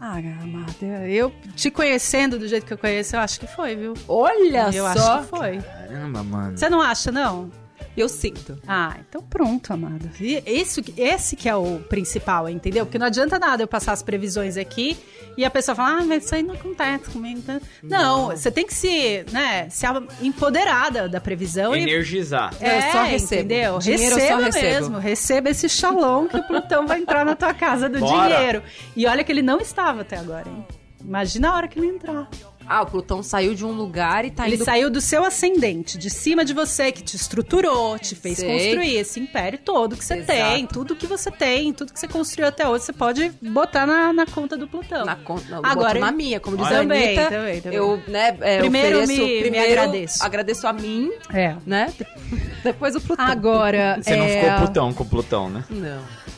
S3: Ah, amada, eu te conhecendo do jeito que eu conheço, eu acho que foi, viu?
S4: Olha
S3: eu
S4: É só.
S3: acho que foi.
S5: Caramba, mano.
S3: Você não acha, não?
S4: Eu sinto.
S3: Ah, então pronto, amada. E Isso, que- esse que é o principal, entendeu? Porque não adianta nada eu passar as previsões aqui e a pessoa falar, ah, mas isso aí não acontece comigo. tá?" Não, você tem que se, né, se empoderar da, da previsão Então e É,
S5: Energizar.
S4: Eu só recebo.
S3: Entendeu?
S4: Dinheiro eu só
S3: receba
S4: recebo.
S3: mesmo. Receba esse xalão que o Plutão vai entrar na tua casa do
S5: Bora.
S3: dinheiro. E olha que ele não estava até agora, hein? Imagina a hora que ele entrar.
S4: Ah, o Plutão saiu de um lugar e tá
S3: ele
S4: indo...
S3: saiu do seu ascendente, de cima de você, que te estruturou, te fez
S4: Sei.
S3: construir esse império todo que você
S4: Exato.
S3: tem, tudo que você tem, tudo que você construiu até hoje, você pode botar na, na conta do Plutão.
S4: Na conta, não,
S3: Então, Agora
S4: Agora,
S3: ele-
S4: na minha, como diz a
S3: Também,
S4: Anitta,
S3: também, também.
S4: eu, né, é,
S3: Primeiro
S4: ofereço,
S3: me- me
S4: primeiro
S3: agradeço.
S4: agradeço a mim,
S3: É.
S4: né, depois o Plutão.
S3: Ah, Agora.
S5: Você não
S3: é,
S5: ficou Plutão com Plutão, né?
S4: Não,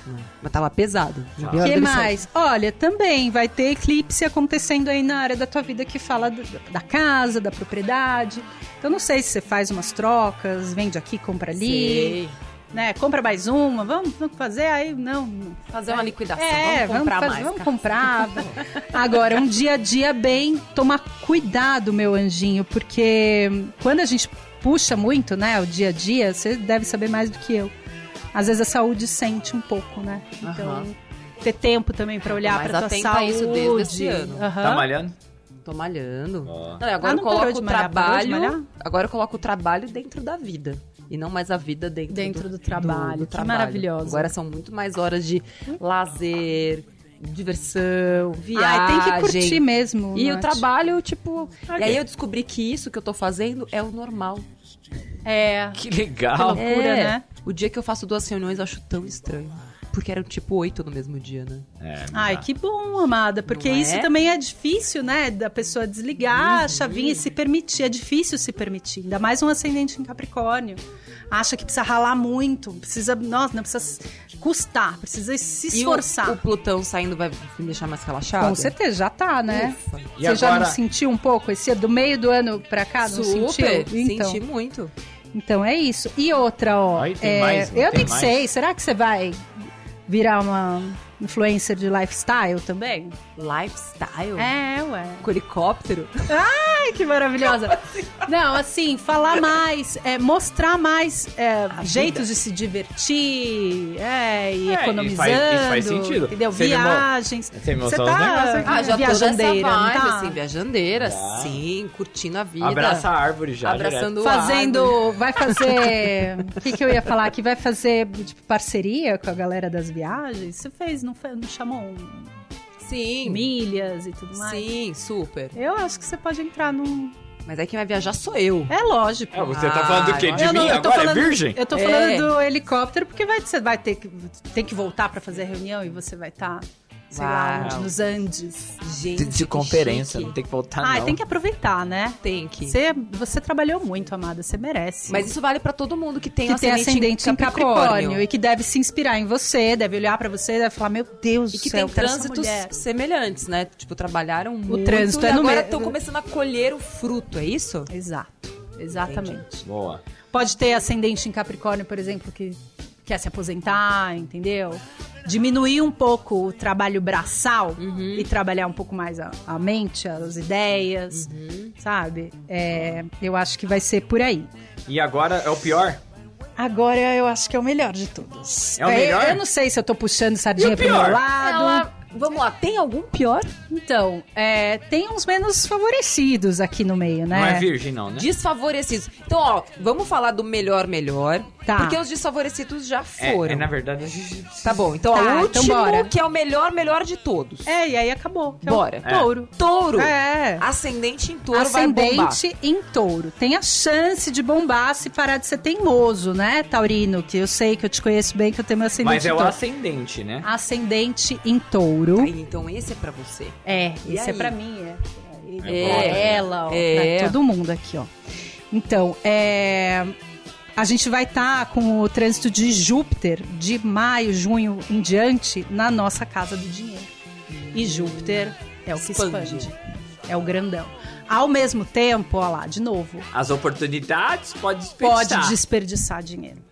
S4: não. mas tava pesado. O
S3: O que mais? Olha, também vai ter eclipse acontecendo aí na área da tua vida que fala do- da casa, da propriedade. Então não sei se você faz umas trocas, vende aqui, compra ali,
S4: Sei.
S3: né? Compra mais uma, vamos, vamos fazer aí, não. não.
S4: Fazer uma liquidação,
S3: É,
S4: Tá, vamos comprar
S3: fazer-
S4: mais.
S3: vamos
S4: cara.
S3: comprar. Agora, um dia a dia bem, tomar cuidado, meu anjinho, porque quando a gente puxa muito, né, o dia a dia, você deve saber mais do que eu. Às vezes a saúde sente um pouco, né? Então,
S4: Aham.
S3: ter tempo também pra olhar
S4: mais
S3: pra tua
S4: atenta a
S3: saúde.
S4: isso desde esse ano.
S3: Aham.
S5: Tá malhando? Tá
S4: Tô malhando.
S5: Ó.
S4: Não, e agora
S3: Ah,
S4: eu
S3: não parou
S4: coloco
S3: de
S4: o
S3: malhar, parou de
S4: trabalho.
S3: malhar?
S4: Agora eu coloco o trabalho dentro da vida. E não mais a vida dentro,
S3: Dentro do trabalho, que maravilhoso.
S4: Agora são muito mais horas de lazer, diversão, viagem.
S3: Ai, tem que curtir mesmo.
S4: E
S3: Nath.
S4: o trabalho, tipo. E aí eu descobri que isso que eu tô fazendo é o normal.
S3: É.
S5: Que legal.
S3: Que loucura,
S4: É.
S3: né?
S4: O dia que eu faço duas reuniões eu acho tão estranho. Porque eram tipo oito no mesmo dia, né?
S5: É,
S3: Ai, que bom, amada, porque
S4: Não
S3: isso
S4: é?
S3: também é difícil, né? Da pessoa desligar
S5: Uhum.
S3: a chavinha e se permitir. É difícil se permitir, ainda mais um ascendente em Capricórnio. Acha que precisa ralar muito, precisa, nossa, não precisa s- custar, precisa se
S4: E o,
S3: esforçar.
S4: o Plutão saindo vai me deixar mais relaxado?
S3: Com certeza, já tá, né?
S4: Ufa.
S5: E
S3: Você já não
S5: agora-
S3: sentiu um pouco esse do meio do ano pra cá? Ah, Não
S4: Super,
S3: sentiu? Então,
S4: senti muito.
S3: então é isso. E outra, ó.
S5: Ai, tem
S3: é,
S5: mais, não
S3: eu
S5: tem
S3: nem
S5: mais?
S3: sei, será que você vai virar uma influencer de lifestyle também?
S4: Lifestyle?
S3: É, ué.
S4: Com helicóptero?
S3: Ai, que maravilhosa. Não, assim, falar mais, é, mostrar mais é, jeitos de se divertir, é, e
S5: É, e
S3: economizando.
S5: faz- isso faz sentido.
S3: Entendeu?
S5: Você me mo-
S3: Viagens.
S5: você me
S3: Você
S5: mostrou uns negócios
S3: tá
S5: aqui.
S4: Ah, já tô nessa vibe,
S3: viajandeira, não tá?
S4: assim, viajandeira,
S5: Tá.
S4: sim, curtindo a vida.
S5: Abraça a árvore já.
S4: abraçando a árvore.
S3: Fazendo, vai fazer, o que, que eu ia falar aqui? Vai fazer, tipo, parceria com a galera das viagens? Você fez, não, fe- não chamou um-
S4: Sim,
S3: milhas e tudo mais?
S4: sim, super.
S3: Eu acho que você pode entrar num...
S4: Mas aí quem vai viajar sou eu.
S3: É lógico.
S5: direto. Ah, você tá falando do quê? De
S3: Eu não-
S5: mim
S3: eu tô
S5: agora? É
S3: falando-
S5: virgem?
S3: Eu tô
S4: É.
S3: falando do helicóptero, porque vai, você vai ter que, tem que voltar pra fazer a reunião e você vai estar, sei lá,
S4: Uau.
S3: onde, nos Andes.
S4: Gente,
S5: De, de
S4: que
S5: conferência, né?
S4: chique.
S5: não tem que voltar
S3: Ah,
S5: não.
S3: tem que aproveitar, né?
S4: Tem que.
S3: Você, você trabalhou muito, amada, você merece.
S4: Mas isso vale pra todo mundo que tem um
S3: que tem ascendente em Capricórnio. e
S4: E,
S3: que deve se inspirar em você, deve olhar pra você, deve falar, meu Deus do
S4: que
S3: céu,
S4: tem
S3: eu quero essa
S4: trânsitos
S3: é um mulher.
S4: semelhantes, né? Tipo, trabalharam muito
S3: trânsito
S4: e
S3: é no
S4: agora
S3: meio.
S4: estão começando a colher o fruto, é isso?
S3: Exato, exatamente.
S5: Boa.
S3: Pode ter ascendente em Capricórnio, por exemplo, que quer se aposentar, entendeu? Diminuir um pouco o trabalho braçal
S5: Uhum.
S3: e trabalhar um pouco mais a, a mente, as ideias,
S5: Uhum.
S3: sabe? É, eu acho que vai ser por aí.
S5: E agora é o pior?
S3: Agora eu acho que é o melhor de todos.
S5: É o melhor?
S3: Eu, eu não sei se eu tô puxando sardinha
S5: E o
S3: pro meu
S5: pior?
S3: lado.
S7: Ela
S4: Vamos lá, tem algum pior?
S3: Então, é, tem uns menos favorecidos aqui no meio, né?
S6: Não é virgem, não, né?
S4: Desfavorecidos. Então, ó, vamos falar do melhor, melhor.
S3: Tá.
S4: Porque os desfavorecidos já foram.
S6: É, é, na verdade, a gente precisa-
S4: Tá bom, então ó,
S3: Tá,
S4: o
S3: então
S4: último,
S3: bora.
S4: que é o melhor, melhor de todos.
S3: É, e aí acabou. que é o
S4: Bora.
S3: Touro.
S4: Touro.
S3: É.
S4: Ascendente em touro vai bombar.
S3: Ascendente em touro. Tem a chance de bombar se parar de ser teimoso, né, Taurino? Que eu sei que eu te conheço bem, que eu tenho meu ascendente
S6: Mas é
S3: em
S6: o
S3: touro.
S6: ascendente, né?
S3: Ascendente em touro.
S4: Aí, então esse é pra você.
S3: É,
S4: E
S3: esse é
S4: aí?
S3: pra mim, é.
S4: É,
S3: pra ela, ó,
S4: é.
S3: pra todo mundo aqui, ó. Então, é, a gente vai estar com o trânsito de Júpiter de maio, junho em diante na nossa casa do dinheiro. E Júpiter é o que expande.
S4: Expande.
S3: É o grandão. Ao mesmo tempo, ó lá, de novo,
S6: As oportunidades pode
S3: pode
S6: desperdiçar.
S3: desperdiçar dinheiro.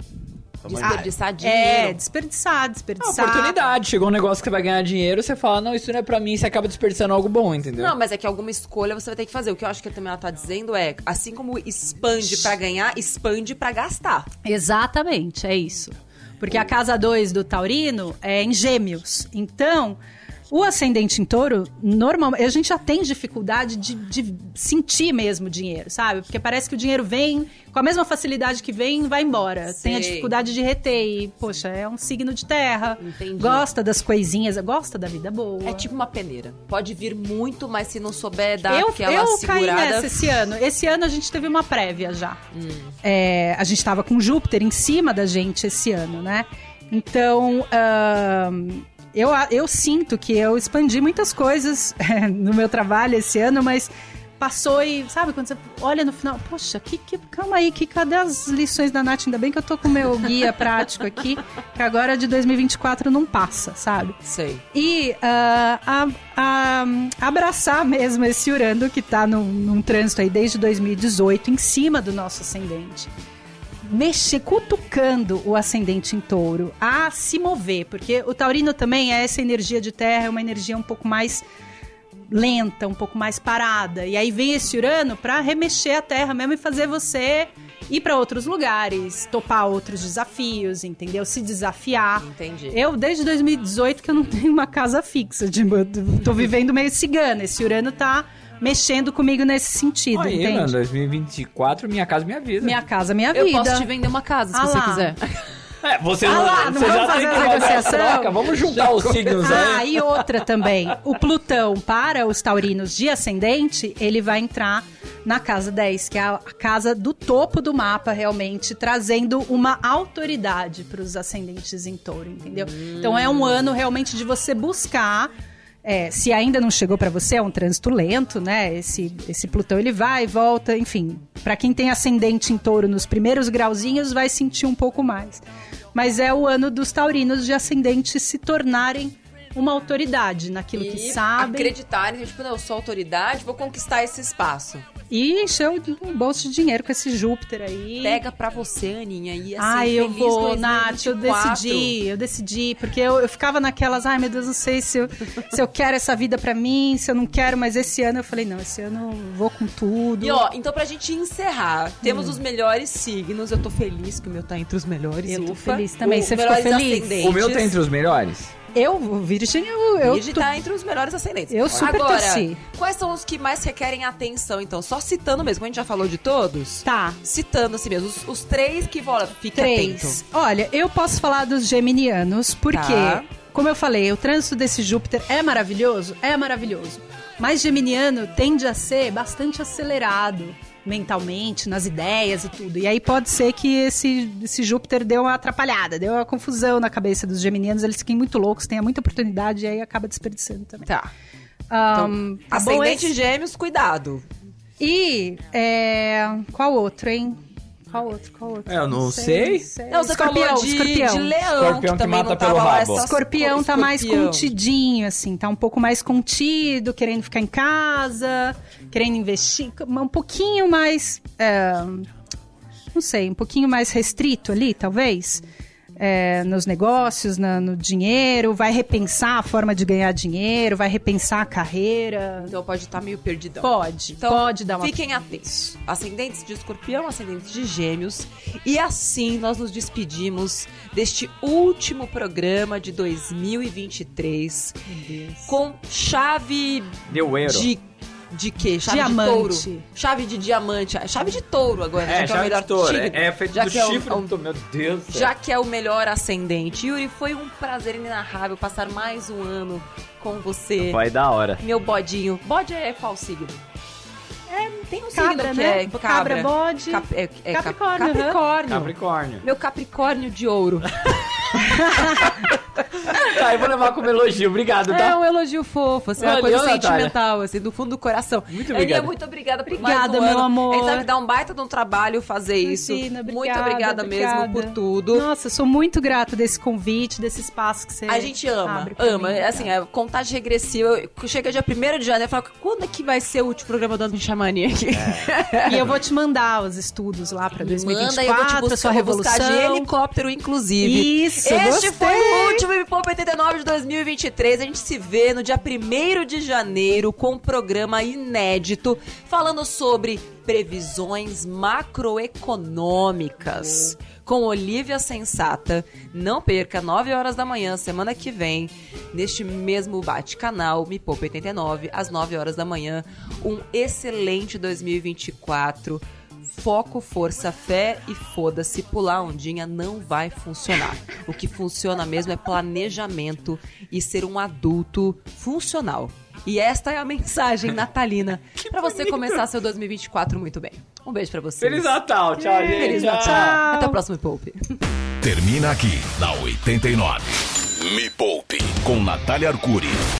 S6: Tá
S4: Desperdiçar
S3: É,
S4: dinheiro. Ah,
S3: desperdiçar,
S6: É uma
S3: desperdiçar.
S6: oportunidade. Chegou um negócio que você vai ganhar dinheiro, você fala, não, isso não é pra mim, você acaba desperdiçando algo bom, entendeu?
S4: Não, mas é que alguma escolha você vai ter que fazer. O que eu acho que também ela tá dizendo é, assim como expande pra ganhar, expande pra gastar.
S3: Exatamente, é isso. Porque a casa 2 do Taurino é em Gêmeos. Então, o ascendente em touro, normalmente, a gente já tem dificuldade de, de sentir mesmo o dinheiro, sabe? Porque parece que o dinheiro vem com a mesma facilidade que vem, vai embora.
S4: Sei.
S3: Tem a dificuldade de reter. E, poxa, é um signo de terra.
S4: Entendi.
S3: Gosta das coisinhas, gosta da vida boa.
S4: É tipo uma peneira. Pode vir muito, mas se não souber dar
S3: eu,
S4: aquela
S3: eu caí
S4: segurada... Hum.
S3: nessa esse ano. Esse ano a gente teve uma prévia já. É, a gente tava com Júpiter em cima da gente esse ano, né? Então, ahn, eu, a- eu sinto que eu expandi muitas coisas no meu trabalho esse ano, mas passou e, sabe, quando você olha no final, poxa, que, que- calma aí, que cadê as lições da Nath? Ainda bem que eu tô com o meu guia prático aqui, que agora de 2024 não passa, sabe?
S4: Sei.
S3: e ah, a- a- abraçar mesmo esse Urano que está num, num trânsito aí desde 2018 em cima do nosso ascendente. Mexer, cutucando o ascendente em touro a se mover, porque o taurino também é essa energia de terra, é uma energia um pouco mais lenta, um pouco mais parada. E aí vem esse Urano para remexer a terra mesmo e fazer você ir para outros lugares, topar outros desafios, entendeu? Se desafiar.
S4: Entendi.
S3: Eu, desde 2018, que eu não tenho uma casa fixa. De, tô vivendo meio cigana. Esse Urano tá mexendo comigo nesse sentido,
S6: Aí,
S3: entende?
S6: mano, 2024, minha casa, minha vida.
S3: Minha casa, minha
S4: Eu
S3: vida.
S4: posso te vender uma casa, se
S3: Ah
S4: você
S3: lá.
S4: quiser.
S6: É, você
S3: Ah
S6: não,
S3: lá, não
S6: você
S3: vamos
S6: já
S3: fazer
S6: tem que
S3: essa
S6: fazer a
S3: negociação?
S6: troca. Vamos juntar os signos
S5: né?
S6: aí.
S3: Ah, e outra também. O Plutão, para os taurinos de ascendente, ele vai entrar na casa 10, que é a casa do topo do mapa, realmente, trazendo uma autoridade para os ascendentes em touro, entendeu? Então é um ano realmente de você buscar. é, se ainda não chegou para você, é um trânsito lento, né? Esse, esse Plutão ele vai e volta, enfim. Para quem tem ascendente em touro nos primeiros grauzinhos, vai sentir um pouco mais. Mas é o ano dos taurinos de ascendente se tornarem uma autoridade naquilo que
S4: E
S3: sabem
S4: acreditarem, tipo, não, eu sou autoridade, vou conquistar esse espaço.
S3: e encher o bolso de dinheiro com esse Júpiter aí.
S4: Pega pra você, Aninha, e assim,
S3: Ai, eu
S4: feliz
S3: vou,
S4: 2024.
S3: Nath, eu decidi, eu decidi, porque eu, eu ficava naquelas, ai meu Deus, não sei se eu, se eu quero essa vida pra mim, se eu não quero, mas esse ano eu falei, não, esse ano eu vou com tudo.
S4: E ó, então pra gente encerrar, temos os melhores signos. Eu tô feliz que o meu tá entre os melhores.
S3: Eu tô
S4: ufa.
S3: feliz também,
S4: O-
S3: você
S4: melhores
S3: ficou feliz?
S4: ascendentes.
S6: O meu tá entre os melhores?
S3: Eu, Virgem, eu, eu
S4: Virgem
S3: tô-
S4: tá entre os melhores ascendentes.
S3: Eu super
S4: Agora,
S3: torci.
S4: quais são os que mais requerem atenção, então? Só citando mesmo, como a gente já falou de todos.
S3: tá.
S4: Citando assim mesmo, os, os três que vão. Fica
S3: Três. Olha, eu posso falar dos geminianos, porque,
S4: Tá.
S3: como eu falei, o trânsito desse Júpiter é maravilhoso? É maravilhoso. Mas geminiano tende a ser bastante acelerado mentalmente, nas ideias e tudo. E aí pode ser que esse, esse Júpiter deu uma atrapalhada, deu uma confusão na cabeça dos geminianos, eles fiquem muito loucos, têm muita oportunidade e aí acaba desperdiçando também.
S4: Tá.
S3: Ahn, tá bom
S4: Ascendente
S3: esse?
S4: gêmeos, cuidado.
S3: E é, qual outro, hein? Qual outro? Qual outro?
S6: É, Eu não sei.
S4: Não, você
S3: escorpião,
S4: falou de,
S3: escorpião.
S4: de leão,
S6: Escorpião
S4: que
S6: que
S4: também
S6: mata
S4: não tava
S6: pelo
S4: lá.
S6: rabo.
S4: essas-
S3: Escorpião tá mais
S4: escorpião.
S3: contidinho, assim, tá um pouco mais contido, querendo ficar em casa, querendo investir, um pouquinho mais. é, não sei, um pouquinho mais restrito ali, talvez. é, nos negócios, na- no dinheiro, vai repensar a forma de ganhar dinheiro, vai repensar a carreira.
S4: Então pode estar meio perdidão.
S3: Pode,
S4: Então,
S3: pode dar uma.
S4: Fiquem atentos. Ascendentes de escorpião, ascendentes de gêmeos. E assim nós nos despedimos deste último programa de 2023. Com chave
S5: Deu euro.
S4: de. De quê? Chave de
S3: Diamante.
S4: touro. Chave de diamante. Ah, Chave de touro agora. já
S5: É,
S4: que é o
S5: chave
S4: melhor
S5: de touro.
S4: signo.
S5: É, é feito
S4: Já
S5: do
S4: que é o-
S5: chifre.
S4: é o-
S5: do touro. Meu Deus do céu.
S4: já que é o melhor ascendente. Yuri, foi um prazer inenarrável passar mais um ano com você.
S5: Vai da hora.
S4: Meu bodinho. Bode é qual signo? É, tem um
S3: Cabra,
S4: signo que
S3: né?
S4: é
S3: Cabra,
S4: cabra.
S3: bode.
S4: Cap- é- é cap-
S3: Capricórnio, né?
S4: Capricórnio.
S5: Capricórnio.
S4: Meu Capricórnio de ouro.
S5: Tá, eu vou levar como elogio. Obrigado,
S4: É
S5: tá?
S4: um elogio fofo, assim, uma
S5: Valeu,
S4: coisa
S5: Natália.
S4: sentimental, assim, do fundo do coração.
S5: Muito
S4: Aninha,
S5: obrigado.
S4: é muito obrigada por mais
S3: Obrigada,
S4: um
S3: meu
S4: ano.
S3: amor.
S4: A gente sabe que dá um baita de um trabalho fazer isso.
S3: Imagina,
S4: muito obrigada, mesmo por tudo.
S3: Nossa, eu sou muito grata desse convite, desse espaço que você
S4: A gente ama,
S3: abre pra
S4: ama.
S3: mim.
S4: assim, é contagem regressiva. Eu- Chega dia 1 de janeiro e fala, quando é que vai ser o último programa do Ano Xamani aqui?
S5: É.
S3: E eu vou te mandar os estudos lá pra 2024,
S4: Manda aí, eu vou te
S3: a
S4: buscar,
S3: sua
S4: eu vou
S3: revolução.
S4: buscar de helicóptero, inclusive.
S3: Isso,
S4: este
S3: gostei.
S4: foi o último Me Poupa 89 de 2023. A gente se vê no dia 1 de janeiro com um programa inédito falando sobre previsões macroeconômicas.
S3: Uhum.
S4: Com Olivia Sensata. Não perca, 9 horas da manhã, semana que vem, neste mesmo bate-canal, Me Poupa 89, às 9 horas da manhã. Um excelente 2024. Foco, força, fé e foda-se. Pular ondinha não vai funcionar. O que funciona mesmo é planejamento e ser um adulto funcional. E esta é a mensagem natalina pra você começar seu 2024 muito bem. Um beijo pra vocês.
S5: Feliz Natal. Tchau, gente.
S4: Feliz Natal. Até o próximo Me Poupe.
S1: Termina aqui, na 89.
S2: Me poupe.
S1: Com Natália Arcuri.